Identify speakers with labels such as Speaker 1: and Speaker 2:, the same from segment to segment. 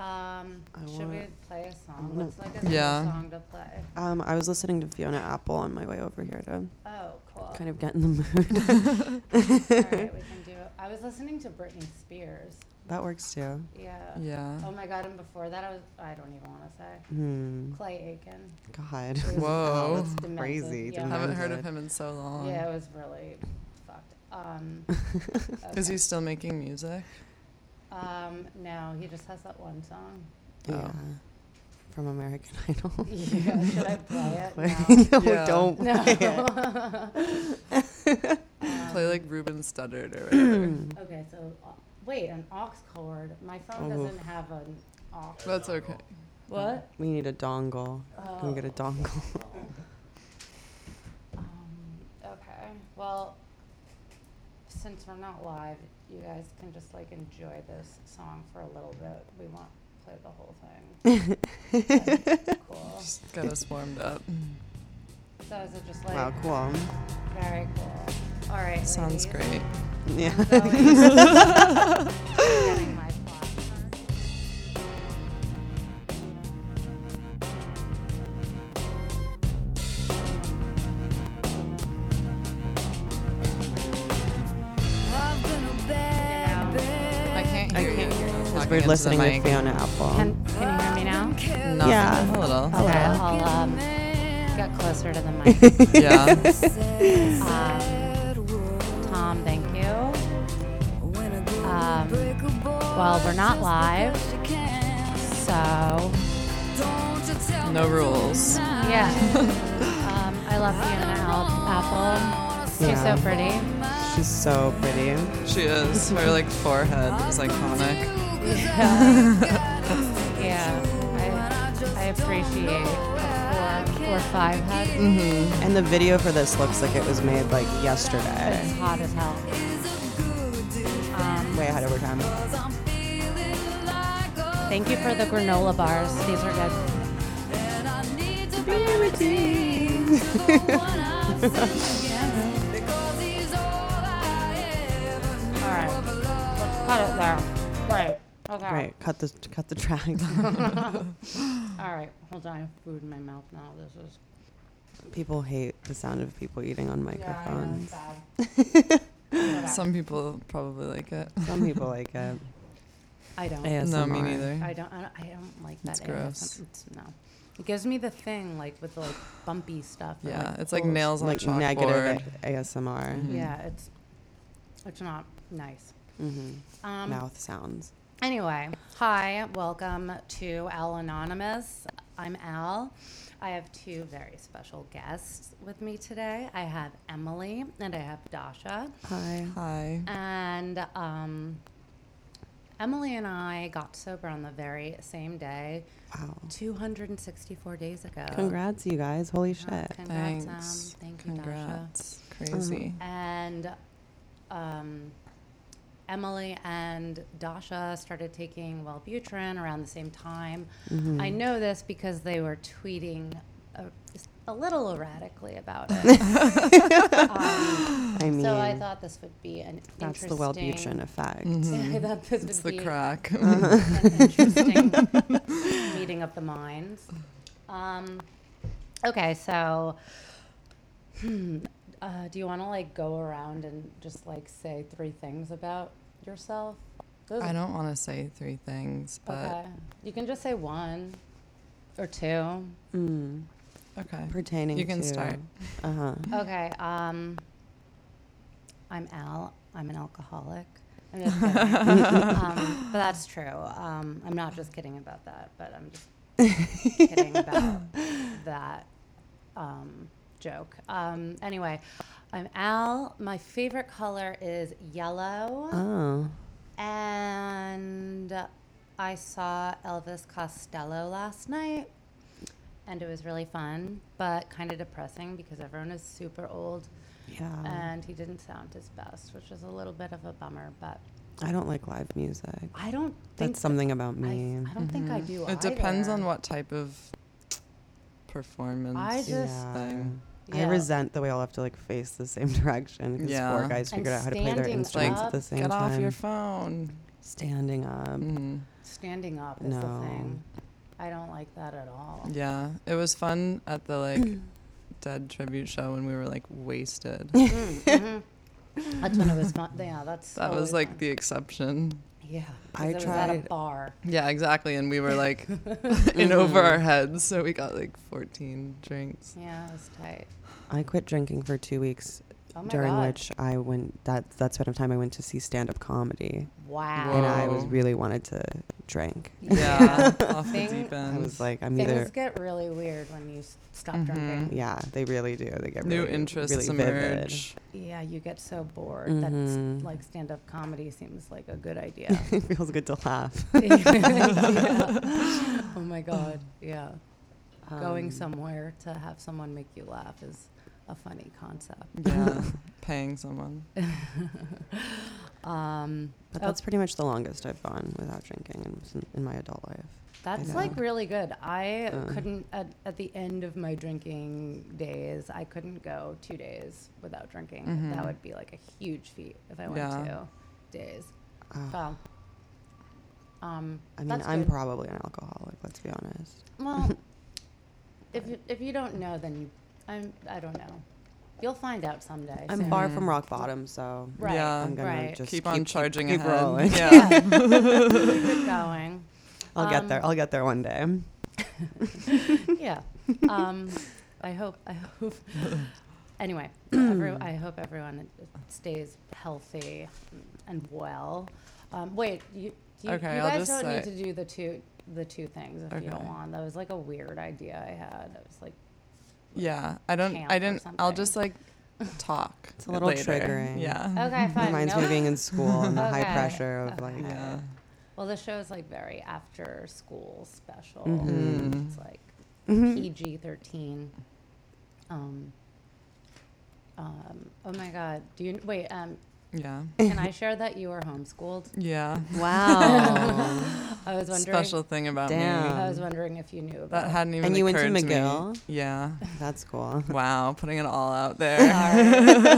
Speaker 1: Uh, Um, song? What's like a cool
Speaker 2: Yeah.
Speaker 1: song to play?
Speaker 3: Um, I was listening to Fiona Apple on my way over here to
Speaker 1: Oh, cool.
Speaker 3: kind of get in the mood.
Speaker 1: All right, we can do it. I was listening to Britney Spears.
Speaker 3: that works too.
Speaker 1: Yeah.
Speaker 2: Yeah.
Speaker 1: Oh my God. And before that, I was, I don't even want to say.
Speaker 3: Hmm.
Speaker 1: Clay Aiken.
Speaker 3: God.
Speaker 1: It was- oh,
Speaker 2: Whoa.
Speaker 1: that's
Speaker 3: That's
Speaker 1: demented,
Speaker 3: crazy.
Speaker 1: yeah.
Speaker 2: Haven't
Speaker 3: Demented.
Speaker 2: heard of him in so long.
Speaker 1: Yeah, it was really fucked. Um,
Speaker 3: Oh.
Speaker 1: okay.
Speaker 2: Is he still making music?
Speaker 1: Um, no, he just has that one song.
Speaker 3: Yeah. From American Idol.
Speaker 1: Yeah, should I play it?
Speaker 3: no,
Speaker 2: Yeah.
Speaker 3: don't.
Speaker 1: No.
Speaker 3: play it.
Speaker 1: Um,
Speaker 2: Play like Ruben Studdard or whatever.
Speaker 1: Okay, so uh, wait, an aux cord. My phone
Speaker 3: Oh.
Speaker 1: doesn't have an aux.
Speaker 2: That's okay.
Speaker 1: What?
Speaker 3: We need a dongle. Go
Speaker 1: Oh.
Speaker 3: get a dongle.
Speaker 1: Um, okay. Well, since we're not live, you guys can just like enjoy this song for a little bit. We won't play the whole thing. But, cool.
Speaker 2: Just got us warmed up.
Speaker 1: So is it just like
Speaker 3: Wow, cool.
Speaker 1: very cool? All right.
Speaker 2: Sounds
Speaker 1: ladies.
Speaker 2: great.
Speaker 3: Yeah.
Speaker 1: Getting my
Speaker 3: Um,
Speaker 1: clock.
Speaker 2: I can't hear you. Talking
Speaker 3: We're
Speaker 2: into the
Speaker 3: listening to
Speaker 2: mic.
Speaker 3: Fiona Apple.
Speaker 1: Can, can you hear me now?
Speaker 2: Nothing.
Speaker 3: Yeah.
Speaker 2: A little.
Speaker 1: Okay, I'll um, get closer to the mic.
Speaker 2: Yeah.
Speaker 1: Um, Tom, thank you. Um, well, we're not live, so
Speaker 2: No rules.
Speaker 1: yeah. um, I love Fiona Al- Apple. She's
Speaker 3: Yeah.
Speaker 1: so pretty.
Speaker 3: She's so pretty.
Speaker 2: She is. Her like forehead is iconic.
Speaker 1: Yeah, I, I appreciate a four or five hug.
Speaker 3: And the video for this looks like it was made like yesterday.
Speaker 1: It's hot as hell. Um,
Speaker 3: Way ahead of her time.
Speaker 1: thank you for the granola bars. These are good. All right, let's cut it there. Right. Okay.
Speaker 3: Right, cut the cut the track.
Speaker 1: All right. Hold on. I have food in my mouth now. This is.
Speaker 3: people hate the sound of people eating on microphones.
Speaker 2: Some people probably like it.
Speaker 3: Some people like it.
Speaker 1: I don't.
Speaker 3: ASMR.
Speaker 2: No, me neither.
Speaker 1: I don't. I don't, I don't like that.
Speaker 2: It's gross.
Speaker 1: ASMR. It's, no. It gives me the thing like with the like bumpy stuff. and,
Speaker 2: Yeah, it's like
Speaker 1: pulls-
Speaker 2: nails on
Speaker 3: Like
Speaker 2: a chalkboard. Mm-hmm.
Speaker 3: negative a- ASMR.
Speaker 1: Yeah, it's it's not nice.
Speaker 3: hmm
Speaker 1: Um,
Speaker 3: Mouth sounds.
Speaker 1: Anyway, hi, welcome to Al Anonymous. I'm Al. I have two very special guests with me today. I have Emily and I have Dasha.
Speaker 3: Hi.
Speaker 2: Hi.
Speaker 1: And um, Emily and I got sober on the very same day,
Speaker 3: Wow.
Speaker 1: 264 days ago.
Speaker 3: Congrats, you guys. Holy
Speaker 1: Yeah,
Speaker 3: shit.
Speaker 1: Congrats,
Speaker 2: Thanks.
Speaker 1: Em. Thank you, Dasha.
Speaker 2: Congrats. Crazy.
Speaker 1: and um, Emily and Dasha started taking Wellbutrin around the same time.
Speaker 3: Mm-hmm.
Speaker 1: I know this because they were tweeting a, a little erratically about it. um,
Speaker 3: I mean,
Speaker 1: so I thought this would be an
Speaker 3: that's the
Speaker 1: interesting.
Speaker 3: Wellbutrin effect.
Speaker 2: Mm-hmm.
Speaker 1: I thought this
Speaker 2: It's
Speaker 1: would
Speaker 2: the
Speaker 1: be
Speaker 2: crack.
Speaker 1: an interesting meeting of the minds. Um, okay, so hmm, uh, do you want to like go around and just like say three things about yourself? Those-
Speaker 2: I don't want to say three things, but
Speaker 1: Okay, you can just say one or two.
Speaker 3: Mm.
Speaker 2: okay.
Speaker 3: Pertaining to.
Speaker 2: Mm-hmm. You can start.
Speaker 3: Uh huh.
Speaker 1: Okay. Um, I'm Al. I'm an alcoholic. I'm just kidding. um, but that's true. Um, I'm not just kidding about that, but I'm just kidding about that um, joke. Um, anyway, I'm Al. My favorite color is yellow.
Speaker 3: Oh.
Speaker 1: And I saw Elvis Costello last night, and it was really fun, but kind of depressing because everyone is super old,
Speaker 2: Uh,
Speaker 3: Yeah.
Speaker 1: and he didn't sound his best, which is a little bit of a bummer. But
Speaker 3: I don't like live music.
Speaker 1: I don't think
Speaker 3: That's something about
Speaker 1: I, I
Speaker 3: me.
Speaker 1: don't think
Speaker 3: Mm-hmm.
Speaker 1: I do.
Speaker 2: Mm-hmm. It depends on
Speaker 1: either.
Speaker 2: what type of performance.
Speaker 1: I just- um,
Speaker 2: thing.
Speaker 3: I
Speaker 1: Yeah.
Speaker 3: resent that we all have to like face the same direction because four
Speaker 2: Yeah.
Speaker 3: guys
Speaker 1: And
Speaker 3: figured out how to play their
Speaker 1: standing
Speaker 3: instruments
Speaker 1: up,
Speaker 3: at the same
Speaker 2: Get
Speaker 3: time.
Speaker 2: off your phone.
Speaker 3: Standing up.
Speaker 2: Mm.
Speaker 1: standing up is the
Speaker 3: No.
Speaker 1: thing. I don't like that at all.
Speaker 2: Yeah, it was fun at the like Dead tribute show when we were like wasted.
Speaker 1: Mm, mhm. That's when it was fun. Yeah, that's
Speaker 2: That
Speaker 1: always
Speaker 2: was like
Speaker 1: fun.
Speaker 2: the exception.
Speaker 1: yeah. 'cause
Speaker 3: I
Speaker 1: it was at a
Speaker 3: tried-
Speaker 1: bar.
Speaker 2: Yeah, exactly. And we were like in over our heads, so we got like 14 drinks.
Speaker 1: Yeah, it was tight.
Speaker 3: I quit drinking for two weeks,
Speaker 1: Oh my
Speaker 3: during
Speaker 1: god!
Speaker 3: which I went. That that's what time I went to see stand up comedy,
Speaker 1: wow.
Speaker 3: and I was
Speaker 2: Whoa.
Speaker 3: really wanted to drink.
Speaker 2: Yeah, off the
Speaker 1: Thing-
Speaker 2: deep
Speaker 3: I
Speaker 2: end.
Speaker 3: was like, I'm
Speaker 1: Things
Speaker 3: either.
Speaker 1: get really weird when you s- stop
Speaker 2: Mhm.
Speaker 1: drinking.
Speaker 3: Yeah, they really do. They get
Speaker 2: New
Speaker 3: really,
Speaker 2: interests
Speaker 3: really vivid.
Speaker 2: emerge.
Speaker 1: Yeah, you get so bored.
Speaker 3: Mhm.
Speaker 1: That's like stand-up comedy seems like a good idea.
Speaker 3: it feels good to laugh.
Speaker 1: Yeah. Oh my god! Yeah, going
Speaker 3: Um,
Speaker 1: somewhere to have someone make you laugh is a funny concept.
Speaker 2: Yeah, paying someone.
Speaker 1: Um,
Speaker 3: But
Speaker 1: Oh.
Speaker 3: that's pretty much the longest I've gone without drinking in, s- in my adult life.
Speaker 1: That's
Speaker 3: know.
Speaker 1: like really good. I
Speaker 3: Uh.
Speaker 1: couldn't at, at the end of my drinking days. I couldn't go two days without drinking. That
Speaker 3: Mm-hmm.
Speaker 2: Mhm.
Speaker 1: would be like a huge feat if I went
Speaker 2: Yeah.
Speaker 1: two days.
Speaker 3: Ah,
Speaker 1: Wow. Um,
Speaker 3: I mean,
Speaker 1: that's
Speaker 3: I'm
Speaker 1: good.
Speaker 3: probably an alcoholic. Let's be honest.
Speaker 1: well. if you, if you don't know, then you, I'm I don't know. You'll find out someday.
Speaker 3: I'm
Speaker 1: soon.
Speaker 3: far from rock bottom, so
Speaker 1: Right.
Speaker 2: Yeah.
Speaker 3: I'm gonna
Speaker 1: right.
Speaker 3: just
Speaker 2: keep on charging
Speaker 3: keep
Speaker 2: ahead.
Speaker 3: rolling.
Speaker 2: Yeah.
Speaker 1: Yeah. Keep going.
Speaker 3: I'll
Speaker 1: Um,
Speaker 3: get there. I'll get there one day.
Speaker 1: yeah. Um, I hope. I hope. Anyway, every, I hope everyone stays healthy and well. Um, wait, you, you,
Speaker 2: Okay,
Speaker 1: you
Speaker 2: I'll
Speaker 1: guys
Speaker 2: just
Speaker 1: don't need
Speaker 2: say-
Speaker 1: to do the two the two things if you don't
Speaker 2: Okay.
Speaker 1: want. That was like a weird idea I had. It was like,
Speaker 2: yeah. I don't,
Speaker 1: Camp
Speaker 2: I
Speaker 1: or
Speaker 2: didn't, I'll
Speaker 1: something.
Speaker 2: just like talk.
Speaker 3: It's a little
Speaker 2: later.
Speaker 3: triggering.
Speaker 2: Yeah.
Speaker 1: okay, fine.
Speaker 3: Reminds
Speaker 1: no-
Speaker 3: me of being in school and the
Speaker 1: Okay.
Speaker 3: high pressure of
Speaker 1: Okay.
Speaker 3: like.
Speaker 2: Yeah.
Speaker 1: well, the show is like very after school special.
Speaker 2: Mm-hmm.
Speaker 3: Mhm.
Speaker 1: It's like
Speaker 3: Mhm.
Speaker 1: PG thirteen. Um, um, oh my God! Do you wait? Um,
Speaker 2: Yeah.
Speaker 1: Can I share that you were homeschooled?
Speaker 2: Yeah.
Speaker 3: Wow.
Speaker 1: I was wondering.
Speaker 2: Special thing about me.
Speaker 3: Damn.
Speaker 1: I was wondering if you knew about.
Speaker 2: That hadn't even
Speaker 3: and you went to
Speaker 2: occurred me.
Speaker 3: McGill.
Speaker 2: Yeah.
Speaker 3: That's cool.
Speaker 2: Wow. Putting it all out there.
Speaker 1: Sorry.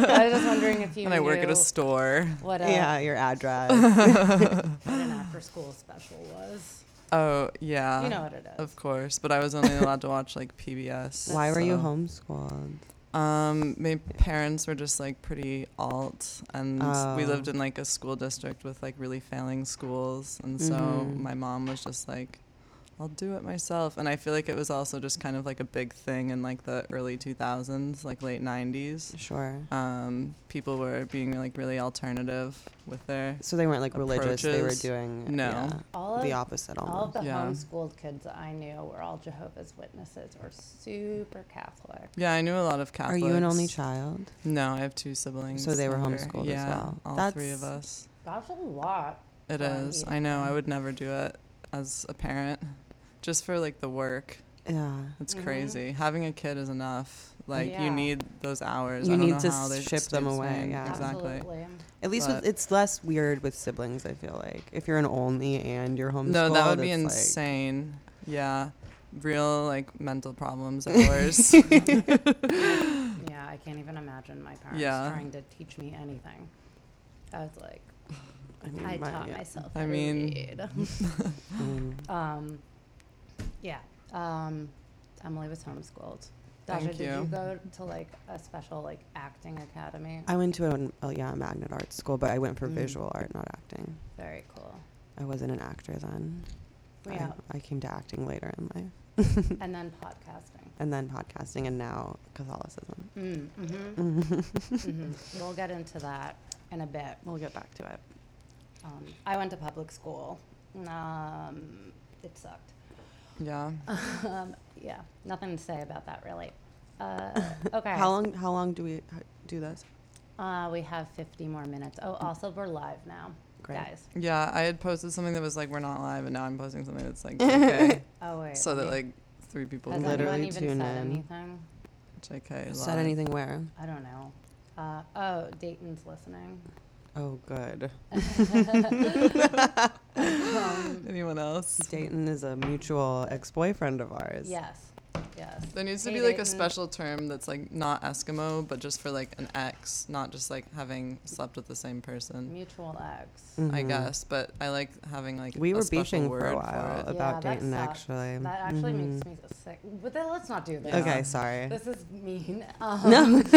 Speaker 1: I was just wondering if you.
Speaker 2: and I work at
Speaker 1: knew
Speaker 2: a store.
Speaker 1: What a,
Speaker 3: Yeah, your address.
Speaker 1: what an after-school special was.
Speaker 2: Oh, yeah.
Speaker 1: you know what it is.
Speaker 2: Of course, but I was only allowed to watch like PBS.
Speaker 3: Why were you
Speaker 2: so-
Speaker 3: homeschooled?
Speaker 2: Um, my parents were just like pretty alt, and we
Speaker 3: Oh.
Speaker 2: lived in like a school district with like really failing schools, and so
Speaker 3: Mhm.
Speaker 2: my mom was just like, "I'll do it myself." And I feel like it was also just kind of like a big thing in like the early two thousands, like late nineties.
Speaker 3: Sure.
Speaker 2: Um, people were being like really alternative with their
Speaker 3: So they weren't like religious. They were
Speaker 2: Approaches?
Speaker 3: doing
Speaker 2: No.
Speaker 3: yeah,
Speaker 1: All of
Speaker 3: the opposite
Speaker 1: all of
Speaker 3: almost.
Speaker 1: the
Speaker 2: Yeah.
Speaker 1: homeschooled kids I knew were all Jehovah's Witnesses or super Catholic.
Speaker 2: yeah. I knew a lot of
Speaker 3: Are
Speaker 2: Catholics.
Speaker 3: you an only child?
Speaker 2: No, I have two siblings.
Speaker 3: So they were
Speaker 2: older.
Speaker 3: homeschooled as
Speaker 2: yeah,
Speaker 3: well.
Speaker 2: All three of
Speaker 3: That's-
Speaker 2: us.
Speaker 1: That's a lot.
Speaker 2: It
Speaker 1: Oh,
Speaker 2: is.
Speaker 1: yeah.
Speaker 2: I know. I would never do it as a parent, just for like the work.
Speaker 3: Yeah.
Speaker 2: It's
Speaker 1: Mhm.
Speaker 2: crazy. Having a kid is enough. Like
Speaker 1: Yeah.
Speaker 2: you need those hours.
Speaker 3: You
Speaker 2: I don't
Speaker 3: need
Speaker 2: know
Speaker 3: to
Speaker 2: how they
Speaker 3: ship
Speaker 2: stay
Speaker 3: them
Speaker 2: the
Speaker 3: away,
Speaker 2: same.
Speaker 3: yeah.
Speaker 2: Exactly.
Speaker 1: Absolutely.
Speaker 3: At least with,
Speaker 2: But-
Speaker 3: it's less weird with siblings. I feel like if you're an only and you're homeschooled,
Speaker 2: No, that would be
Speaker 3: it's, like-
Speaker 2: insane. yeah, real like mental problems of ours.
Speaker 1: Yeah, I can't even imagine my parents
Speaker 2: Yeah.
Speaker 1: trying to teach me anything. I was like,
Speaker 3: I mean,
Speaker 1: I
Speaker 3: my-
Speaker 1: taught
Speaker 3: yeah.
Speaker 1: myself.
Speaker 2: I
Speaker 1: how to
Speaker 2: mean-
Speaker 1: read.
Speaker 3: I mean,
Speaker 1: Um, yeah. Um, Emily was homeschooled. Dasha, did
Speaker 2: Thank
Speaker 1: you
Speaker 2: you.
Speaker 1: go to like a special like acting academy?
Speaker 3: I went to an, oh yeah, a magnet art school, but I went for
Speaker 1: Mm.
Speaker 3: visual art, not acting.
Speaker 1: Very cool.
Speaker 3: I wasn't an actor then. I-
Speaker 1: Yeah,
Speaker 3: I, came to acting later in life,
Speaker 1: and then podcasting.
Speaker 3: and then podcasting, and now Catholicism.
Speaker 1: Mm, hmm hmm We'll get into that in a bit.
Speaker 3: We'll get back to it.
Speaker 1: Um, I went to public school. Um, it sucked.
Speaker 2: yeah.
Speaker 1: Um, yeah, nothing to say about that really. Uh, okay.
Speaker 3: How long? How long do we h- do this?
Speaker 1: Uh, we have 50 more minutes. Oh, also we're live now,
Speaker 3: Great.
Speaker 1: guys.
Speaker 2: Yeah. I had posted something that was like, "We're not live," and now I'm posting something that's like, "JK,"
Speaker 1: Oh wait.
Speaker 2: so that
Speaker 1: wait.
Speaker 2: like three people
Speaker 1: Has
Speaker 2: can
Speaker 3: Literally
Speaker 1: anyone even
Speaker 3: tune
Speaker 1: said
Speaker 3: in.
Speaker 1: anything?
Speaker 2: JK.
Speaker 3: Said
Speaker 2: live.
Speaker 3: anything where?
Speaker 1: I don't know. Uh, oh, Dayton's listening.
Speaker 3: Oh, good.
Speaker 2: Anyone else?
Speaker 1: Um,
Speaker 3: Dayton is a mutual ex-boyfriend of ours.
Speaker 1: Yes, Yes.
Speaker 2: There needs to
Speaker 1: Hate
Speaker 2: be like
Speaker 1: it
Speaker 2: a
Speaker 1: and-
Speaker 2: special term that's like not Eskimo, but just for like an ex, not just like having slept with the same person.
Speaker 1: Mutual ex.
Speaker 2: I
Speaker 3: Mhm.
Speaker 2: guess, but I like having like
Speaker 3: We
Speaker 2: a
Speaker 3: were
Speaker 2: special
Speaker 3: beefing for
Speaker 2: word
Speaker 3: a
Speaker 2: it.
Speaker 3: while
Speaker 1: it.
Speaker 3: about
Speaker 1: Yeah, that
Speaker 3: dating,
Speaker 1: sucks.
Speaker 3: actually.
Speaker 1: That actually
Speaker 3: Mhm.
Speaker 1: makes me sick. But then let's not do this.
Speaker 2: Yeah.
Speaker 3: Okay, sorry.
Speaker 1: This is mean. Um,
Speaker 3: No.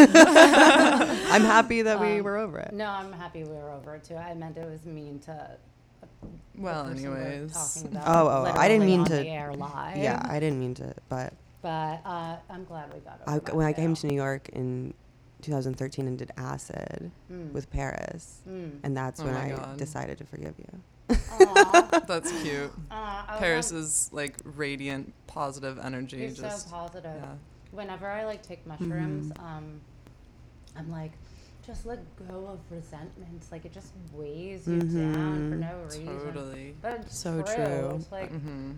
Speaker 3: I'm happy that we
Speaker 1: Um,
Speaker 3: were over it.
Speaker 1: No, I'm happy we were over it too. I meant it was mean to. the
Speaker 2: Well,
Speaker 1: person we're
Speaker 2: anyways,
Speaker 1: talking about
Speaker 3: Oh, oh, I didn't
Speaker 1: literally
Speaker 3: mean
Speaker 1: on
Speaker 3: to-
Speaker 1: The air live.
Speaker 3: Yeah, I didn't mean to, but
Speaker 1: But uh, I'm glad we got
Speaker 3: I,
Speaker 1: over that
Speaker 3: when I came
Speaker 1: too.
Speaker 3: to New York in 2013 and did acid
Speaker 1: Mm.
Speaker 3: with Paris,
Speaker 1: Mm.
Speaker 3: and that's
Speaker 2: Oh
Speaker 3: when
Speaker 2: my
Speaker 3: I
Speaker 2: God.
Speaker 3: decided to forgive you.
Speaker 1: Aw,
Speaker 2: that's cute.
Speaker 1: aw, I was
Speaker 2: Paris
Speaker 1: on-
Speaker 2: is like radiant, positive energy.
Speaker 1: Oh, You're
Speaker 2: just
Speaker 1: so positive.
Speaker 2: yeah.
Speaker 1: Whenever I like take mushrooms,
Speaker 3: Mm-hmm.
Speaker 1: um, I'm like, just let go of resentments. Like it just weighs you down for
Speaker 3: Mhm.
Speaker 1: no reason.
Speaker 2: totally.
Speaker 1: But it's
Speaker 3: So
Speaker 1: true.
Speaker 3: true.
Speaker 1: It's like
Speaker 2: mm-hmm.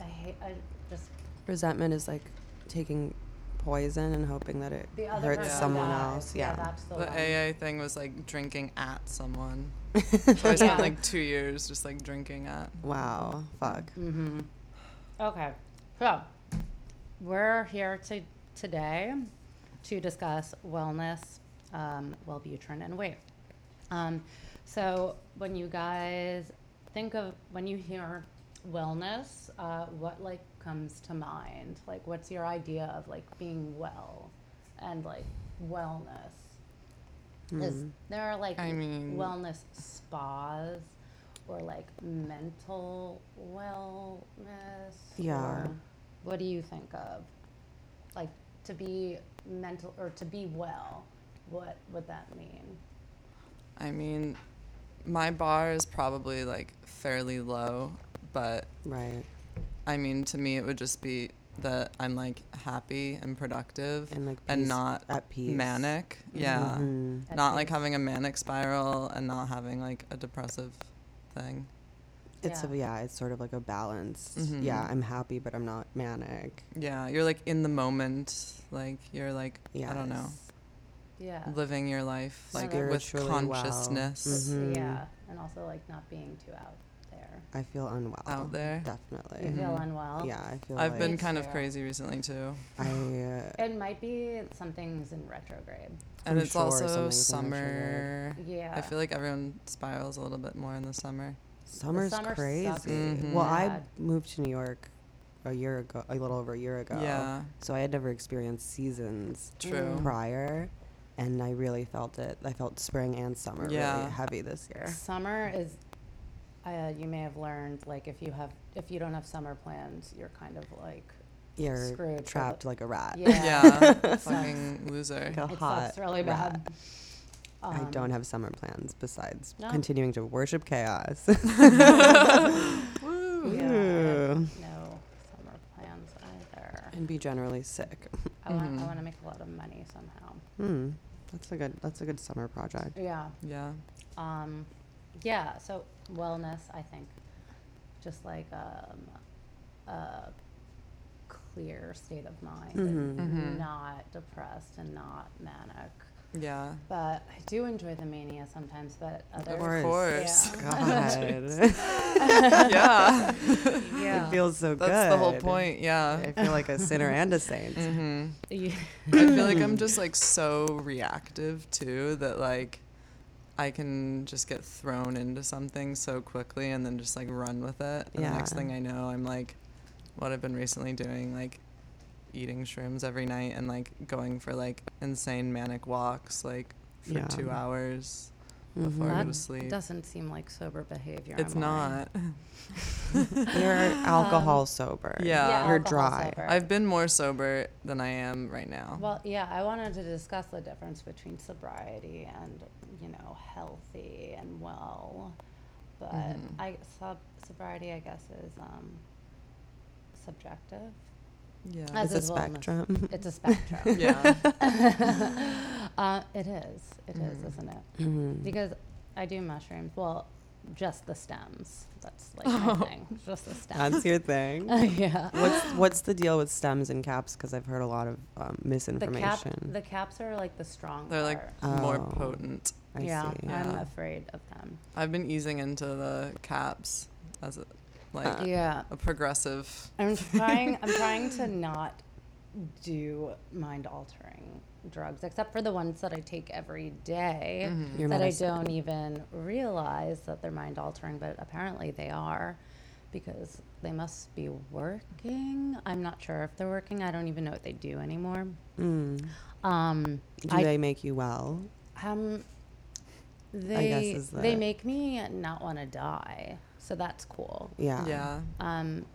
Speaker 1: I hate. I just
Speaker 3: Resentment is like taking poison and hoping that it
Speaker 1: the other
Speaker 3: hurts
Speaker 1: person
Speaker 3: someone
Speaker 1: dies.
Speaker 3: else. Yeah.
Speaker 1: that's the,
Speaker 2: The
Speaker 1: one.
Speaker 2: AA thing was like drinking at someone. So I spent like two years just like drinking at.
Speaker 3: Wow. Fuck.
Speaker 1: Mm-hmm. Okay, so we're here to today to discuss wellness, um, Wellbutrin, and weight. Um, so when you guys think of when you hear wellness, uh, what like comes to mind? Like, what's your idea of like being well and like wellness?
Speaker 3: Mm-hmm.
Speaker 1: Is there are like
Speaker 2: I mean-
Speaker 1: wellness spas or like mental wellness?
Speaker 3: Yeah.
Speaker 1: or what do you think of? Like to be mental or to be well, what would that mean?
Speaker 2: I mean, my bar is probably like fairly low, but
Speaker 3: Right.
Speaker 2: I mean, to me, it would just be that I'm like happy and productive
Speaker 3: And like
Speaker 2: and
Speaker 3: peace-
Speaker 2: not
Speaker 3: at peace.
Speaker 2: manic. Yeah.
Speaker 3: Mhm.
Speaker 1: At
Speaker 2: Not like
Speaker 1: least.
Speaker 2: having a manic spiral and not having like a depressive thing.
Speaker 3: It's
Speaker 1: Yeah.
Speaker 3: a yeah. It's sort of like a balance.
Speaker 2: Mhm.
Speaker 3: Yeah. I'm happy, but I'm not manic.
Speaker 2: Yeah. You're like in the moment. Like you're like,
Speaker 3: Yeah.
Speaker 2: I don't know,
Speaker 1: Yeah.
Speaker 2: living your life like with
Speaker 3: Spiritually Mm-hmm. well.
Speaker 2: consciousness
Speaker 3: Mhm.
Speaker 1: Yeah. And also like not being too out there.
Speaker 3: I feel unwell.
Speaker 2: out there.
Speaker 1: You
Speaker 2: Mm-hmm.
Speaker 3: Definitely.
Speaker 1: feel unwell.
Speaker 3: Yeah. I feel.
Speaker 2: I've
Speaker 3: like
Speaker 2: been
Speaker 1: Me
Speaker 2: kind of
Speaker 1: too.
Speaker 2: crazy recently too.
Speaker 3: I. Uh,
Speaker 1: It might be something's in retrograde.
Speaker 3: I'm
Speaker 2: And it's
Speaker 3: sure
Speaker 2: also
Speaker 3: something's in retrograde.
Speaker 2: summer.
Speaker 1: Yeah.
Speaker 2: I feel like everyone spirals a little bit more in the summer.
Speaker 3: Summer's
Speaker 1: summer
Speaker 3: crazy.
Speaker 1: sucks
Speaker 2: Mhm.
Speaker 3: Well, I
Speaker 1: bad.
Speaker 3: moved to New York a year ago, a little over a year ago.
Speaker 2: Yeah,
Speaker 3: So I had never experienced seasons
Speaker 2: true.
Speaker 3: Mm. prior, and I really felt it. I felt spring and summer
Speaker 2: Yeah.
Speaker 3: really heavy this year.
Speaker 1: Summer is, uh, you may have learned, like if you have, if you don't have summer plans, you're kind of like,
Speaker 3: You're
Speaker 1: Screwed for the-
Speaker 3: trapped like a rat.
Speaker 1: yeah,
Speaker 2: Yeah,
Speaker 1: Sucks.
Speaker 2: fucking loser.
Speaker 3: Like a
Speaker 1: it
Speaker 3: hot.
Speaker 1: sucks really
Speaker 3: rat.
Speaker 1: bad.
Speaker 3: I don't have summer plans besides
Speaker 1: Um, No.
Speaker 3: continuing to worship chaos.
Speaker 1: Um, yeah, I have no summer plans either.
Speaker 3: and be generally sick.
Speaker 1: I want, I
Speaker 2: Mhm.
Speaker 1: want to make a lot of money somehow.
Speaker 3: Hmm. That's a good. That's a good summer project.
Speaker 1: Yeah,
Speaker 2: Yeah,
Speaker 1: um, yeah. So wellness, I think, just like um, a clear state of mind, and
Speaker 3: Mm-hmm.
Speaker 2: Mhm. Mhm.
Speaker 1: not depressed and not manic.
Speaker 2: yeah.
Speaker 1: But I do enjoy the mania sometimes, but
Speaker 2: Of
Speaker 1: others.
Speaker 3: course.
Speaker 2: course.
Speaker 3: God.
Speaker 2: Yeah,
Speaker 3: It feels so good.
Speaker 2: that's the whole point. Yeah.
Speaker 3: I feel like a sinner and a saint.
Speaker 2: hmm
Speaker 1: Yeah.
Speaker 2: I feel like
Speaker 3: Mm.
Speaker 2: I'm just like so reactive too that like I can just get thrown into something so quickly and then just like run with it. And the next
Speaker 3: Yeah.
Speaker 2: thing I know, I'm like, what I've been recently doing, like eating shrooms every night and like going for like insane manic walks, like for
Speaker 3: Yeah.
Speaker 2: two hours
Speaker 3: Mhm.
Speaker 2: before I go to
Speaker 1: That
Speaker 2: sleep.
Speaker 1: doesn't seem like sober behavior.
Speaker 2: It's
Speaker 1: I'm lying.
Speaker 2: not.
Speaker 3: You're alcohol sober.
Speaker 2: Um, Yeah.
Speaker 3: You're
Speaker 1: alcohol
Speaker 3: dry.
Speaker 1: sober.
Speaker 2: I've been more sober than I am right now.
Speaker 1: well, yeah, I wanted to discuss the difference between sobriety and, you know, healthy and well. But
Speaker 2: Mhm.
Speaker 1: I sob- sobriety, I guess, is um, subjective.
Speaker 2: yeah.
Speaker 1: As
Speaker 3: It's a
Speaker 1: is wellness.
Speaker 3: spectrum.
Speaker 1: It's a spectrum.
Speaker 2: yeah.
Speaker 1: uh, it is. It is,
Speaker 2: Mhm.
Speaker 1: isn't it?
Speaker 3: Mhm.
Speaker 1: Because I do mushrooms. Well, just the stems. That's like my thing. Just the stems.
Speaker 3: That's your thing.
Speaker 1: yeah.
Speaker 3: What's what's the deal with stems and caps? Because I've heard a lot of um,
Speaker 1: The cap.
Speaker 3: misinformation.
Speaker 1: The caps are like the strong.
Speaker 2: They're like
Speaker 1: part.
Speaker 2: more
Speaker 3: Oh.
Speaker 2: potent.
Speaker 3: I
Speaker 1: yeah,
Speaker 3: see.
Speaker 1: I'm
Speaker 2: Yeah.
Speaker 1: afraid of them.
Speaker 2: I've been easing into the caps as a, like
Speaker 3: Uh,
Speaker 1: yeah,
Speaker 2: a progressive.
Speaker 1: I'm trying. I'm trying to not do mind altering drugs, except for the ones that I take every day
Speaker 3: Your
Speaker 1: that I
Speaker 3: medicine.
Speaker 1: don't even realize that they're mind altering, but apparently they are because they must be working. I'm not sure if they're working. I don't even know what they do anymore.
Speaker 3: Mm. Do
Speaker 1: Um, I
Speaker 3: they make you well?
Speaker 1: um, they
Speaker 3: guess is
Speaker 1: they
Speaker 3: the-
Speaker 1: make me not want to die, so that's cool.
Speaker 3: Yeah.
Speaker 2: yeah.
Speaker 1: Um,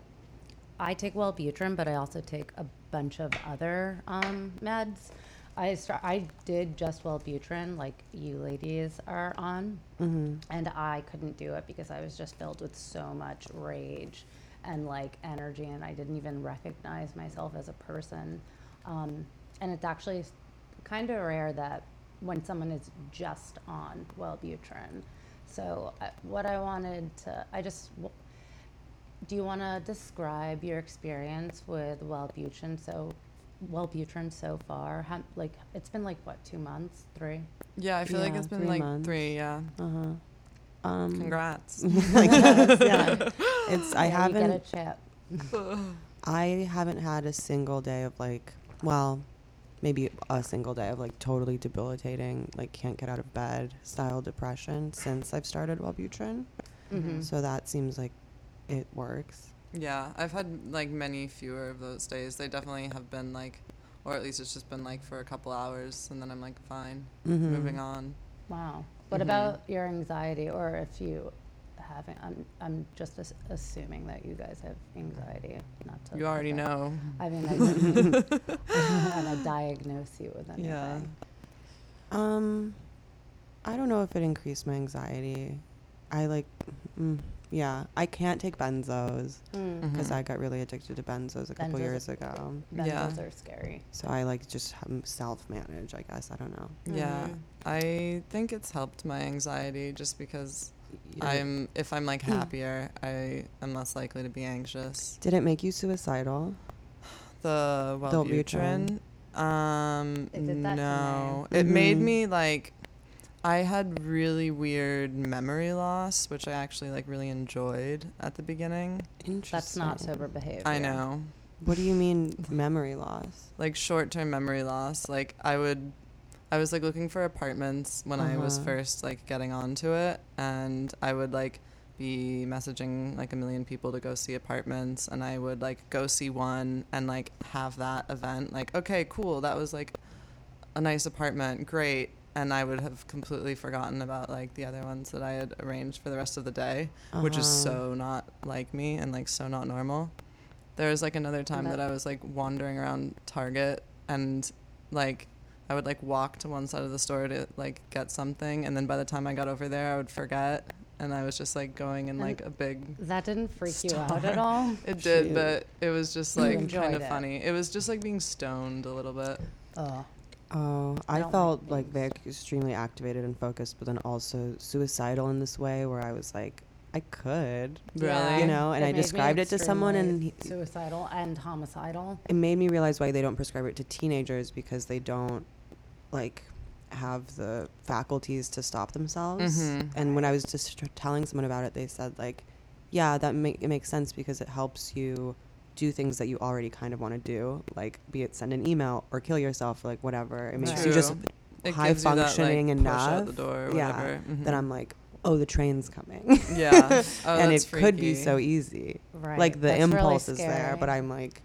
Speaker 1: I take Wellbutrin, but I also take a bunch of other um, meds. I start, I did just Wellbutrin, like you ladies are on,
Speaker 3: Mm-hmm.
Speaker 1: and I couldn't do it because I was just filled with so much rage and like energy, and I didn't even recognize myself as a person. Um, and it's actually kind of rare that when someone is just on Wellbutrin. So I, what I wanted to, I just. W- do you want to describe your experience with Wellbutrin so Wellbutrin so far? How, like it's been like what two months, three?
Speaker 2: Yeah, I feel like
Speaker 3: Yeah,
Speaker 2: it's been
Speaker 3: three
Speaker 2: like
Speaker 3: months.
Speaker 2: three. Yeah.
Speaker 3: Uh huh. Um,
Speaker 2: Congrats.
Speaker 3: I guess,
Speaker 1: Yeah.
Speaker 3: yeah. It's I
Speaker 1: Yeah, you
Speaker 3: haven't
Speaker 1: get a chip.
Speaker 3: I haven't had a single day of like, well, maybe a single day of like totally debilitating, like can't get out of bed style depression since I've started Wellbutrin.
Speaker 1: Mhm.
Speaker 3: So that seems like it works.
Speaker 2: Yeah, I've had like many fewer of those days. They definitely have been like, or at least it's just been like for a couple hours, and then I'm like, fine,
Speaker 3: Mhm.
Speaker 2: moving on.
Speaker 1: Wow. What
Speaker 3: Mm-hmm.
Speaker 1: about your anxiety, or if you haven't? I'm I'm just as- assuming that you guys have anxiety. Not to
Speaker 2: You already
Speaker 1: okay.
Speaker 2: know.
Speaker 1: I mean, I didn't want to diagnose you with anything.
Speaker 2: Yeah.
Speaker 3: Um, I don't know if it increased my anxiety. I like, mm, yeah, I can't take benzos
Speaker 1: Mm.
Speaker 3: because I got really addicted to benzos a couple
Speaker 1: Benzos-
Speaker 3: years ago.
Speaker 2: Yeah.
Speaker 1: Benzos are scary.
Speaker 3: So I like just self manage, I guess. I don't know.
Speaker 2: Yeah,
Speaker 3: Mm-hmm.
Speaker 1: Mhm.
Speaker 2: I think it's helped my anxiety just because
Speaker 3: You're-
Speaker 2: I'm if I'm
Speaker 3: Mm.
Speaker 2: like happier, I am less likely to be anxious.
Speaker 3: Did it make you suicidal?
Speaker 2: The
Speaker 3: Wellbutrin.
Speaker 2: Wellbutrin. Um,
Speaker 1: It did that to
Speaker 2: no, it made
Speaker 3: Mhm.
Speaker 2: me like. I had really weird memory loss, which I actually like really enjoyed at the beginning.
Speaker 3: Interesting.
Speaker 1: That's not sober behavior.
Speaker 2: I know,
Speaker 3: What do you mean memory loss?
Speaker 2: like short-term memory loss. Like I would, I was like looking for apartments when I was
Speaker 3: Uh-huh.
Speaker 2: first like getting onto it, and I would like be messaging like a million people to go see apartments, and I would like go see one and like have that event. Like okay, cool, that was like a nice apartment, great. And I would have completely forgotten about like the other ones that I had arranged for the rest of the day, which is
Speaker 3: Uh-huh.
Speaker 2: so not like me and like so not normal. There was like another time
Speaker 1: that-
Speaker 2: that I was like wandering around Target and like I would like walk to one side of the store to like get something, and then by the time I got over there, I would forget, and I was just like going in
Speaker 1: And-
Speaker 2: like a big.
Speaker 1: That didn't freak you out
Speaker 2: Star.
Speaker 1: at all.
Speaker 2: It did,
Speaker 3: Shoot.
Speaker 2: but it was just
Speaker 1: You
Speaker 2: like
Speaker 1: enjoyed
Speaker 2: kind of
Speaker 1: it.
Speaker 2: funny. It was just like being stoned a little bit.
Speaker 1: Oh,
Speaker 3: Oh,
Speaker 1: I
Speaker 3: I,
Speaker 1: don't like
Speaker 3: felt like
Speaker 1: things.
Speaker 3: very extremely activated and focused, but then also suicidal in this way where I was like, I could,
Speaker 2: Really?
Speaker 3: you know, Oh, and
Speaker 1: It
Speaker 3: I
Speaker 1: made me
Speaker 3: described it to someone, and
Speaker 1: extremely
Speaker 3: he,
Speaker 1: suicidal and homicidal.
Speaker 3: it made me realize why they don't prescribe it to teenagers because they don't like have the faculties to stop themselves.
Speaker 2: Mhm.
Speaker 3: And when I was just tr- telling someone about it, they said like, "Yeah, that ma- it makes sense because it helps you do things that you already kind of want to do, like be it send an email or kill yourself, or, like whatever. It makes you just
Speaker 2: True. It
Speaker 3: high
Speaker 2: gives you that, like,
Speaker 3: functioning
Speaker 2: push out
Speaker 3: enough.
Speaker 2: the door or
Speaker 3: yeah,
Speaker 2: whatever.
Speaker 3: that
Speaker 2: Mhm.
Speaker 3: I'm like, oh, the train's coming,
Speaker 2: yeah, oh,
Speaker 3: and it
Speaker 2: that's
Speaker 3: could be
Speaker 2: freaky.
Speaker 3: so easy.
Speaker 1: Right.
Speaker 3: Like the
Speaker 1: That's really
Speaker 3: impulse is there,
Speaker 1: scary.
Speaker 3: but I'm like,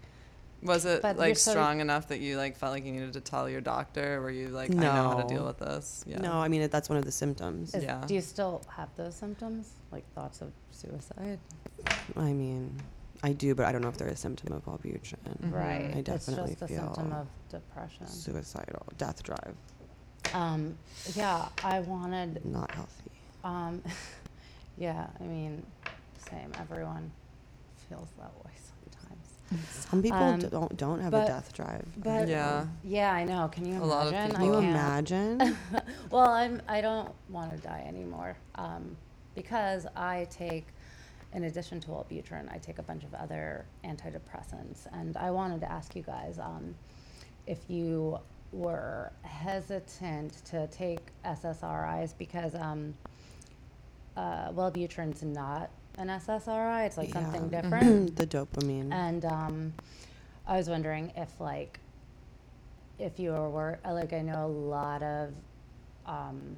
Speaker 2: Was it
Speaker 1: But you're
Speaker 2: like
Speaker 1: so-
Speaker 2: strong enough that you like felt like you needed to tell your doctor? Were you like, I know how to
Speaker 3: No.
Speaker 2: deal with this? Yeah.
Speaker 3: no, I mean it, that's one of the symptoms.
Speaker 1: Is-
Speaker 2: yeah.
Speaker 1: Do you still have those symptoms, like thoughts of suicide?
Speaker 3: I mean, I do, but I don't know if they're a symptom of Wellbutrin.
Speaker 1: Mm-hmm. Right.
Speaker 3: Mm-hmm. I definitely
Speaker 1: it's just a
Speaker 3: feel
Speaker 1: symptom of depression.
Speaker 3: Suicidal, death drive,
Speaker 1: Um, yeah, I wanted.
Speaker 3: not healthy.
Speaker 1: Um, yeah, I mean, same. Everyone feels that way sometimes.
Speaker 3: Some people
Speaker 1: Um,
Speaker 3: don't don't have
Speaker 1: but-
Speaker 3: a death drive. I
Speaker 1: but-
Speaker 3: don't
Speaker 2: Yeah.
Speaker 1: Yeah, I know. Can you imagine?
Speaker 2: A lot of
Speaker 3: know.
Speaker 1: I
Speaker 2: people
Speaker 3: Can you
Speaker 1: can't.
Speaker 3: imagine?
Speaker 1: well, I'm, I don't want to die anymore um, because I take, in addition to Wellbutrin, I take a bunch of other antidepressants. And I wanted to ask you guys um, if you were hesitant to take SSRIs because um, uh, Wellbutrin's not an SSRI, it's like
Speaker 3: Yeah.
Speaker 1: something
Speaker 3: Mhm.
Speaker 1: different.
Speaker 3: the dopamine.
Speaker 1: And um, I was wondering if like if you were uh, like I know a lot of um,